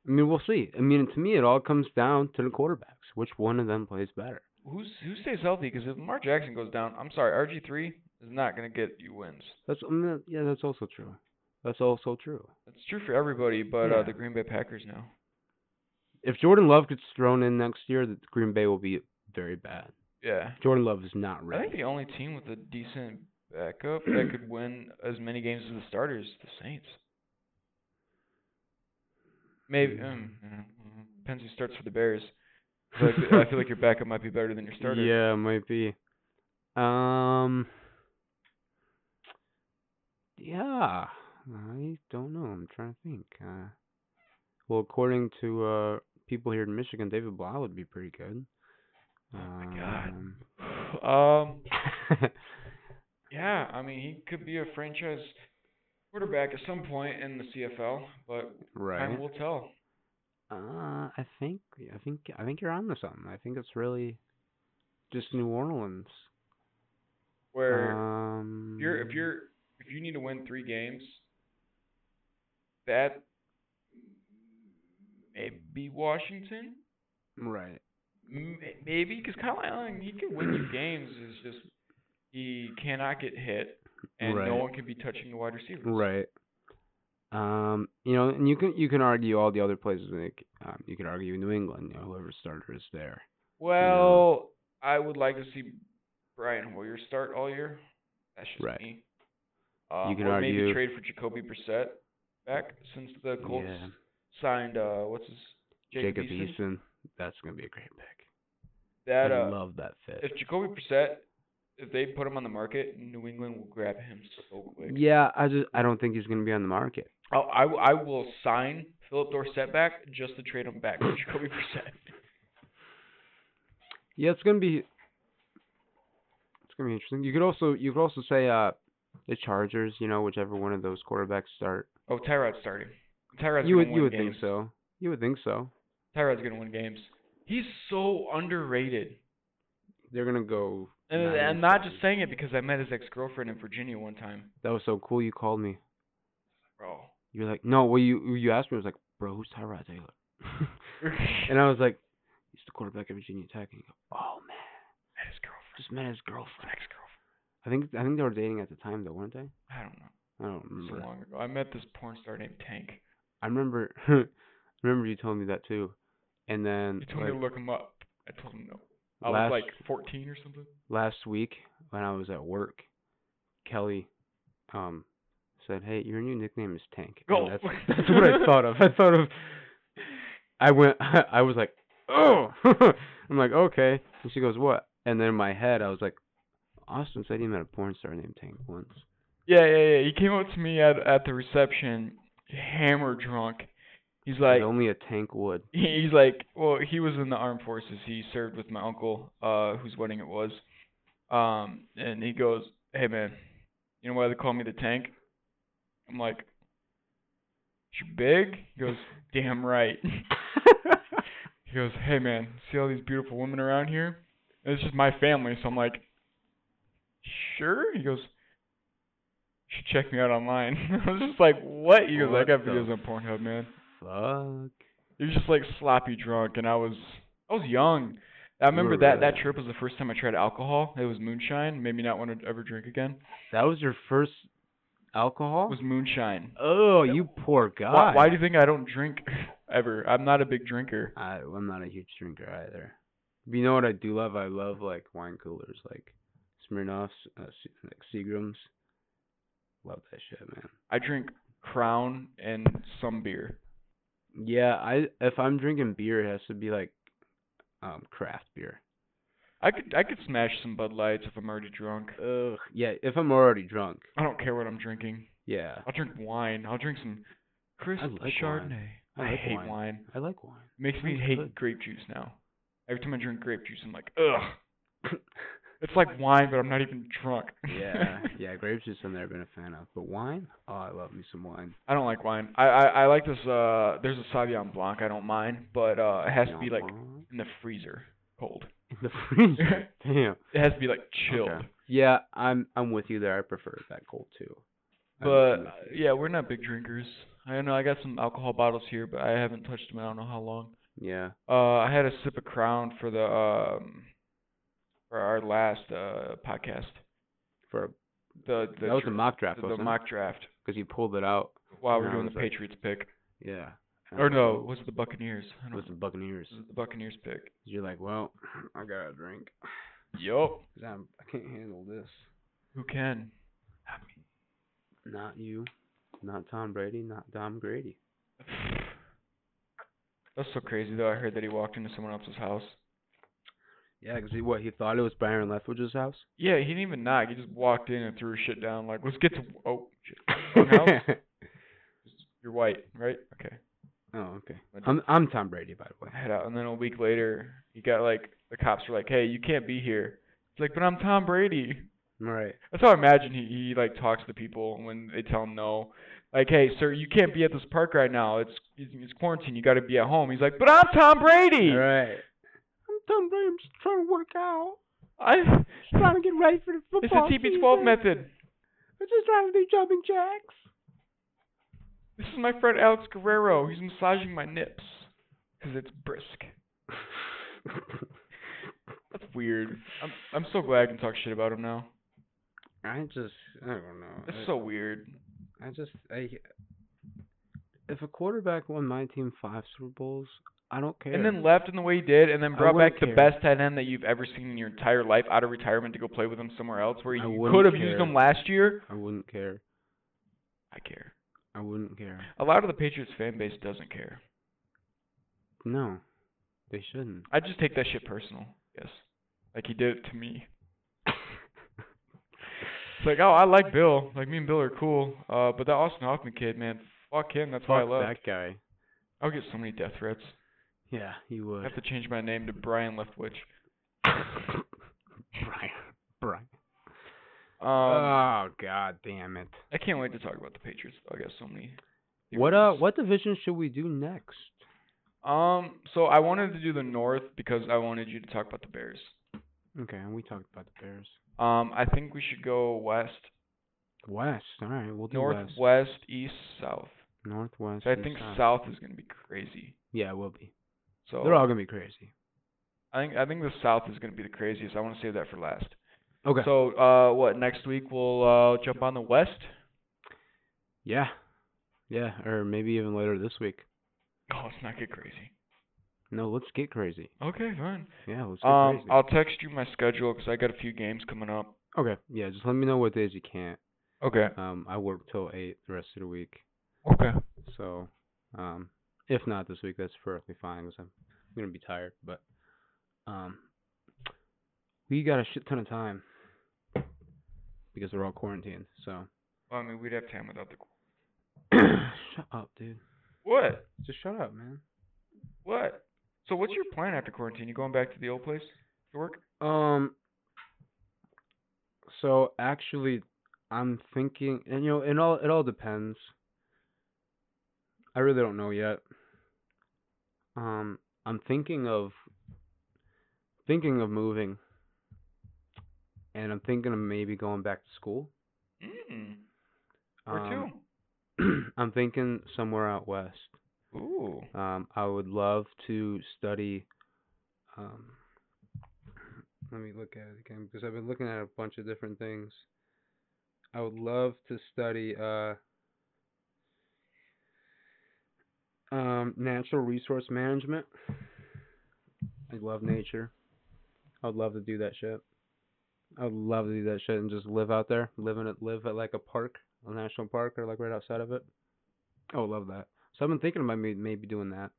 A: I mean, we'll see. I mean, to me, it all comes down to the quarterbacks. Which one of them plays better?
B: Who's who stays healthy? Because if Lamar Jackson goes down, I'm sorry, RG three is not gonna get you wins.
A: That's I mean, yeah, that's also true. That's also true.
B: It's true for everybody, but uh,
A: Yeah.
B: the Green Bay Packers now.
A: If Jordan Love gets thrown in next year, the Green Bay will be very bad.
B: Yeah.
A: Jordan Love is not
B: I think
A: ready.
B: the only team with a decent backup that
A: [CLEARS THROAT]
B: could win as many games as the starters, is the Saints. Maybe
A: Yeah.
B: um, yeah, depends who starts for the Bears. But I feel- I
A: [LAUGHS]
B: feel like your backup might be better than your starter.
A: yeah, it might be. Um. Yeah, I don't know. I'm trying to think. Uh, well, according to uh, people here in Michigan, David Blau would be pretty good.
B: Oh my God. [LAUGHS]
A: um,
B: [SIGHS]
A: [LAUGHS]
B: Um.
A: God.
B: Yeah. I mean, he could be a franchise quarterback at some point in the CFL, but
A: right.
B: time will tell.
A: Uh, I think I think I think you're on to something. I think it's really just New Orleans.
B: Where
A: um,
B: if you're if you're if you need to win three games, that maybe Washington,
A: right,
B: M- maybe because Kyle Allen he can win you games. It's just he cannot get hit, and
A: Right.
B: no one can be touching the wide receivers.
A: right. Um, you know, and you can you can argue all the other places. Like, um, you can argue New England. You know, whoever starter is there.
B: Well, I would like to see Brian Hoyer start all year. That's just
A: Right.
B: me. Um,
A: can
B: or maybe
A: argue-
B: trade for Jacoby Brissett back since the Colts
A: Yeah.
B: signed uh what's his
A: Jacob,
B: Eason.
A: Eason. That's gonna be a great pick.
B: That
A: I
B: uh,
A: love that fit.
B: if Jacoby Brissett, if they put him on the market, New England will grab him so quick.
A: Yeah, I just I don't think he's gonna be on the market.
B: I, I, w- I will sign Philip Dorsett back just to trade him
A: [LAUGHS]
B: back for Jacoby Brissett.
A: Yeah, it's gonna be it's gonna be interesting. You could also you could also say uh the Chargers, you know, whichever one of those quarterbacks start.
B: Oh, Tyrod's starting. Tyrod's
A: you would
B: gonna win
A: you would
B: games.
A: think so. You would think so.
B: Tyrod's gonna win games. He's so underrated,
A: They're gonna go.
B: and
A: nine
B: I'm not
A: seven.
B: just saying it because I met his ex-girlfriend in Virginia one time,
A: That was so cool. You called me.
B: bro. [LAUGHS]
A: You're like, no. Well, you you asked me. I was like, bro, who's Tyrod Taylor? [LAUGHS] and I was like, he's the quarterback of Virginia Tech. And you go, oh man,
B: Met his girlfriend.
A: just met his
B: His
A: girlfriend.
B: ex-girlfriend.
A: I think I think they were dating at the time though, weren't they?
B: I don't know.
A: I don't
B: It was
A: remember.
B: So long ago. I met this porn star named Tank.
A: I remember. [LAUGHS] I remember you told me that too. And then
B: He told
A: like,
B: me to look him up. I told him no. I
A: last
B: was like 14 or something.
A: last week when I was at work, Kelly um said, "Hey, your new nickname is Tank." And [LAUGHS]
B: Oh. [LAUGHS]
A: that's that's what [LAUGHS] I thought of. I thought of I went I was like, oh, [LAUGHS] I'm like, okay. And she goes, what? And then in my head, I was like, Austin said he met a porn star named Tank once.
B: Yeah, yeah, yeah. He came up to me at at the reception, hammer drunk. He's like,
A: But only a tank
B: [LAUGHS]
A: would.
B: he's like, well, he was in the armed forces. He served with my uncle, uh, whose wedding it was. Um, and he goes, hey man, you know why they call me the tank? I'm like, you big? He goes, damn right. [LAUGHS] He goes, hey man, see all these beautiful women around here? And it's just my family, so I'm like, sure. He goes, you should check me out online. [LAUGHS] I was just like, what? He goes, I
A: What
B: got
A: the
B: videos on Pornhub, man.
A: Fuck.
B: He was just like sloppy drunk, and I was I was young. I
A: You were
B: remember that that
A: really
B: trip was the first time I tried alcohol. It was moonshine, made me not want to ever drink again.
A: That was your first
B: It
A: alcohol?
B: was moonshine.
A: oh, you poor guy.
B: Why, why do you think I don't drink [LAUGHS] ever? I'm not a big drinker.
A: I, I'm not a huge drinker either. But you know what I do love? I love like wine coolers, like Smirnoffs, uh, Se- like Seagrams. Love that shit, man.
B: I drink Crown and some beer.
A: Yeah, I if I'm drinking beer, it has to be like um craft beer.
B: I could I could smash some Bud Lights if I'm already drunk.
A: Ugh. Yeah, if I'm already drunk.
B: I don't care what I'm drinking.
A: Yeah,
B: I'll drink wine. I'll drink some crisp
A: like
B: Chardonnay.
A: wine. I like
B: hate
A: wine.
B: wine.
A: I like wine. [LAUGHS]
B: Makes me
A: Wine's
B: hate
A: good.
B: grape juice now. Every time I drink grape juice, I'm like, ugh. It's like wine, but I'm not even drunk. [LAUGHS]
A: yeah, yeah. Grape juice I've never been a fan of, but wine. Oh, I love me some wine.
B: I don't like wine. I, I I like this. Uh, there's a Sauvignon Blanc. I don't mind, but uh, it has to be like
A: [LAUGHS] in
B: in the freezer,
A: [LAUGHS]
B: cold. [LAUGHS]
A: the freezer. Damn.
B: It has to be like chilled.
A: Okay. Yeah, I'm I'm with you there. I prefer it that cold too. I'm-
B: But
A: I'm
B: uh,
A: with you.
B: yeah, we're not big drinkers. I don't know. I got some alcohol bottles here, but I haven't touched them. in I don't know how long.
A: yeah,
B: Uh, I had a sip of Crown for the um, for our last uh podcast.
A: for a-
B: The the
A: that was
B: dr-
A: a mock draft,
B: the, the
A: wasn't
B: mock draft
A: Because you pulled it out.
B: while we
A: No,
B: were
A: it
B: doing
A: was
B: the
A: like-
B: Patriots pick.
A: Yeah. and I
B: Or
A: was
B: no,
A: like,
B: was it the Buccaneers? I
A: it
B: don't
A: was the Buccaneers.
B: This is the Buccaneers pick.
A: You're like, well, [CLEARS THROAT] I gotta drink
B: Yup.
A: because I'm I can't handle this.
B: Who can?
A: Not you, not Tom Brady, not Dom Grady.
B: That's so crazy though. I heard that he walked into someone else's house.
A: Yeah, because he, what he thought it was Byron Leftwich's [LAUGHS] house.
B: Yeah, he didn't even knock. He just walked in and threw his shit down. Like, let's get to. Oh, shit. Own house? You're white, right? Okay.
A: oh, okay.
B: But-
A: I'm I'm Tom Brady, by the way.
B: Head out. And then a week later, he got like the cops were like, "Hey, you can't be here." It's like, but I'm Tom Brady.
A: All right.
B: That's how I imagine he, he like talks to people when they tell him no. Like, hey, sir, you can't be at this park right now. It's it's, it's quarantine. You got to be at home. He's like, but I'm Tom Brady.
A: All right. I'm Tom Brady. I'm just trying to work out.
B: I.
A: Just trying to get ready for the
B: It's the
A: football
B: TB12
A: season.
B: method.
A: I'm just trying to do jumping jacks.
B: This is my friend Alex Guerrero. He's massaging my nips because it's brisk. That's weird. I'm I'm so glad I can talk shit about him now.
A: [LAUGHS] I just I don't know.
B: It's
A: I-
B: so weird.
A: I just I if a quarterback won my team five Super Bowls, I don't care.
B: And then left in the way he did, and then
A: I
B: brought
A: wouldn't
B: back the
A: care.
B: best tight end that you've ever seen in your entire life out of retirement to go play with him somewhere else where
A: I
B: you
A: wouldn't
B: could have used
A: care.
B: him last year.
A: I wouldn't care.
B: I care.
A: I wouldn't care.
B: A lot of the Patriots fan base doesn't care.
A: No, they shouldn't.
B: I just take that shit personal. Yes. Like he did it to me. It's like, oh, I like Bill. Like me and Bill are cool. Uh, but that Austin Hoffman kid, man, fuck him. That's why I
A: Fuck
B: left.
A: that guy.
B: I'll get so many death threats.
A: Yeah, you
B: I
A: would.
B: have to change my name to Brian Leftwich.
A: [LAUGHS] Brian. Brian.
B: Um,
A: oh God damn it.
B: I can't wait to talk about the Patriots. though. I got so many.
A: What uh?
B: theories.
A: What division should we do next?
B: Um. So I wanted to do the North because I wanted you to talk about the Bears.
A: Okay, and we talked about the Bears.
B: Um. I think we should go West,
A: West. All right, we'll do
B: Northwest,
A: West.
B: East, South.
A: Northwest.
B: So I
A: and
B: think
A: South.
B: South is gonna be crazy.
A: Yeah, it will be.
B: So
A: They're all gonna be crazy.
B: I think I think the South is gonna be the craziest. I want to save that for last.
A: Okay.
B: So uh, what next week we'll uh jump on the West.
A: Yeah. Yeah, or maybe even later this week.
B: Oh, let's not get crazy.
A: No, let's get crazy.
B: Okay, fine.
A: Yeah, let's get
B: Um,
A: crazy.
B: I'll text you my schedule 'cause I got a few games coming up.
A: Okay, yeah, just let me know what days you can't.
B: Okay.
A: Um, I work till eight the rest of the week,
B: Okay.
A: so um, if not this week, that's perfectly fine. i I'm I'm gonna be tired, but um, we got a shit ton of time because we're all quarantined.
B: [COUGHS]
A: So
B: Well, I mean, we'd have time without the.
A: shut up, dude.
B: What?
A: Just shut up, man.
B: What? So what's your plan after quarantine? You going back to the old place to work?
A: Um. So actually, I'm thinking, and you know, it all it all depends. I really don't know yet. Um, I'm thinking of thinking of moving, and I'm thinking of maybe going back to school.
B: Mm. Where
A: um, [CLEARS THROAT] I'm thinking somewhere out west.
B: to? Ooh.
A: Um, I would love to study. Um, let me look at it again because I've been looking at a bunch of different things. I would love to study uh, um, natural resource management. I love nature. I would love to do that shit. I would love to do that shit and just live out there, live in it, live at like a park, a national park, or like right outside of it. I would love that. So I've been thinking about may- maybe doing that.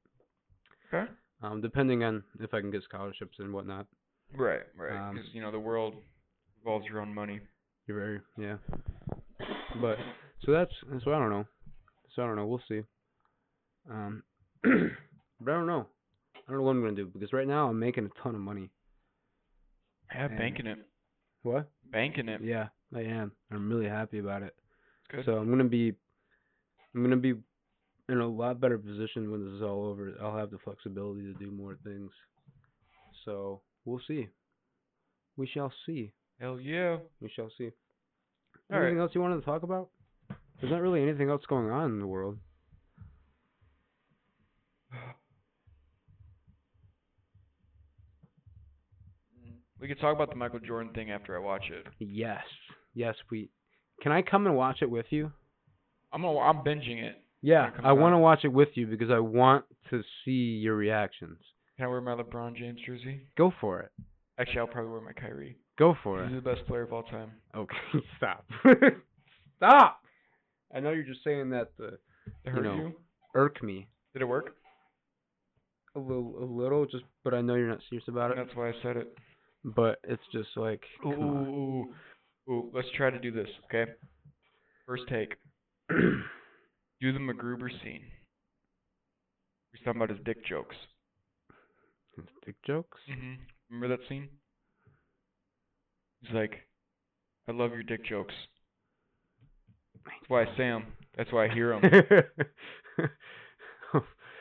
B: Okay.
A: Um, depending on if I can get scholarships and whatnot.
B: Right, right.
A: Um,
B: Because you know the world revolves around money.
A: You're very yeah. But so that's so I don't know. So I don't know. We'll see. Um, [CLEARS THROAT] but I don't know. I don't know what I'm gonna do because right now I'm making a ton of money.
B: Yeah,
A: and-
B: banking it,
A: What?
B: banking it.
A: Yeah, I am. I'm really happy about it.
B: It's good.
A: So I'm gonna be, I'm gonna be in a lot better position when this is all over. I'll have the flexibility to do more things. So we'll see. We shall see.
B: Hell yeah.
A: We shall see.
B: All
A: Anything else you wanted to talk about? There's not really anything else going on in the world.
B: We could talk about the Michael Jordan thing after I watch it.
A: Yes. Yes, we. Can I come and watch it with you?
B: I'm gonna, I'm binging it.
A: Yeah,
B: it comes
A: I want to
B: out.
A: watch it with you because I want to see your reactions.
B: Can I wear my LeBron James jersey?
A: Go for it.
B: Actually, I'll probably wear my Kyrie.
A: Go for
B: He's
A: [LAUGHS] it.
B: the best player of all time.
A: Okay, [LAUGHS] stop. stop! I know you're just saying that to
B: It
A: You
B: hurt
A: know. irk me
B: Did it work?
A: a little, a little, just. But I know you're not serious about it.
B: That's why I said it.
A: But it's just like,
B: Ooh,
A: come on.
B: ooh, ooh, ooh. Let's try to do this, okay? First take. Do the MacGruber scene. He's talking about his dick jokes.
A: [CLEARS THROAT] dick jokes.
B: hmm Remember that scene? He's like, I love your dick jokes. That's why I say 'em. That's why I
A: [LAUGHS]
B: hear 'em.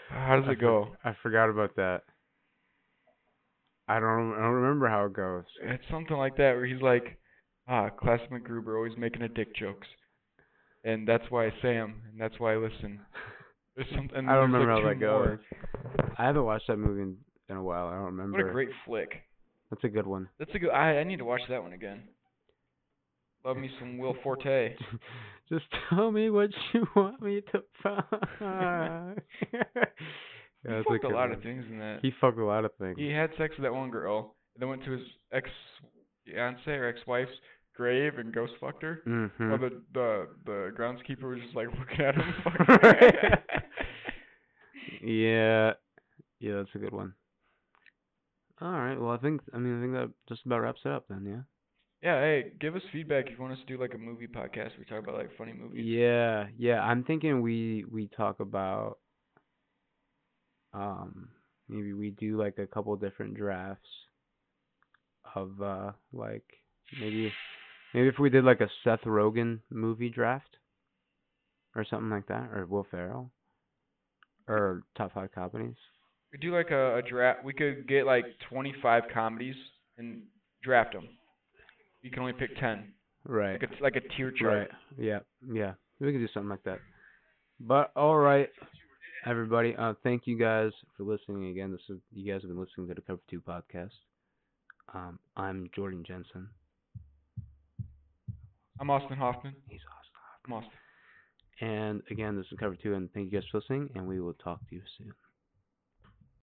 B: How does
A: I for-
B: it go?
A: I forgot about that. I don't. I don't remember how it goes.
B: It's something like that where he's like, ah, Class McGruber always making a dick jokes. And that's why I say 'em, and that's why I listen. There's something, and
A: I don't
B: there's,
A: remember how
B: like
A: that
B: two
A: goes.
B: more.
A: I haven't watched that movie in, in a while. I don't remember.
B: What a great flick.
A: That's a good one. [LAUGHS]
B: That's a good. I I need to watch that one again. Love me some Will Forte.
A: Just tell me what you want me [LAUGHS] to fuck. yeah,
B: he
A: [LAUGHS] that's
B: fucked a
A: good
B: lot
A: one.
B: of things in that.
A: He fucked a lot of things.
B: He had sex with that one girl, and then went to his ex fiance or ex wife's grave and ghost fucked her.
A: hmm [LAUGHS]
B: While the the the groundskeeper was just like [LAUGHS] looking at him. [LAUGHS] fucking
A: [LAUGHS]
B: her.
A: Yeah, yeah, that's a good one. All right. Well, I think. I mean, I think that just about wraps it up then. Yeah.
B: yeah. Hey, give us feedback if you want us to do like a movie podcast. We talk about like funny movies.
A: Yeah, yeah. I'm thinking we we talk about um maybe we do like a couple different drafts of uh like maybe maybe if we did like a Seth Rogen movie draft or something like that or Will Ferrell or top five comedies.
B: We do like a, a draft. We could get like 25 comedies and draft them. You can only pick 10.
A: Right.
B: Like a, like a tier chart.
A: Right. Yeah. Yeah. We can do something like that. But all right, everybody. Uh, thank you guys for listening again. This is you guys have been listening to the Cover Two podcast. Um, I'm Jordan Jensen.
B: I'm Austin Hoffman.
A: He's awesome.
B: I'm Austin.
A: And again, this is Cover Two, and thank you guys for listening. And we will talk to you soon.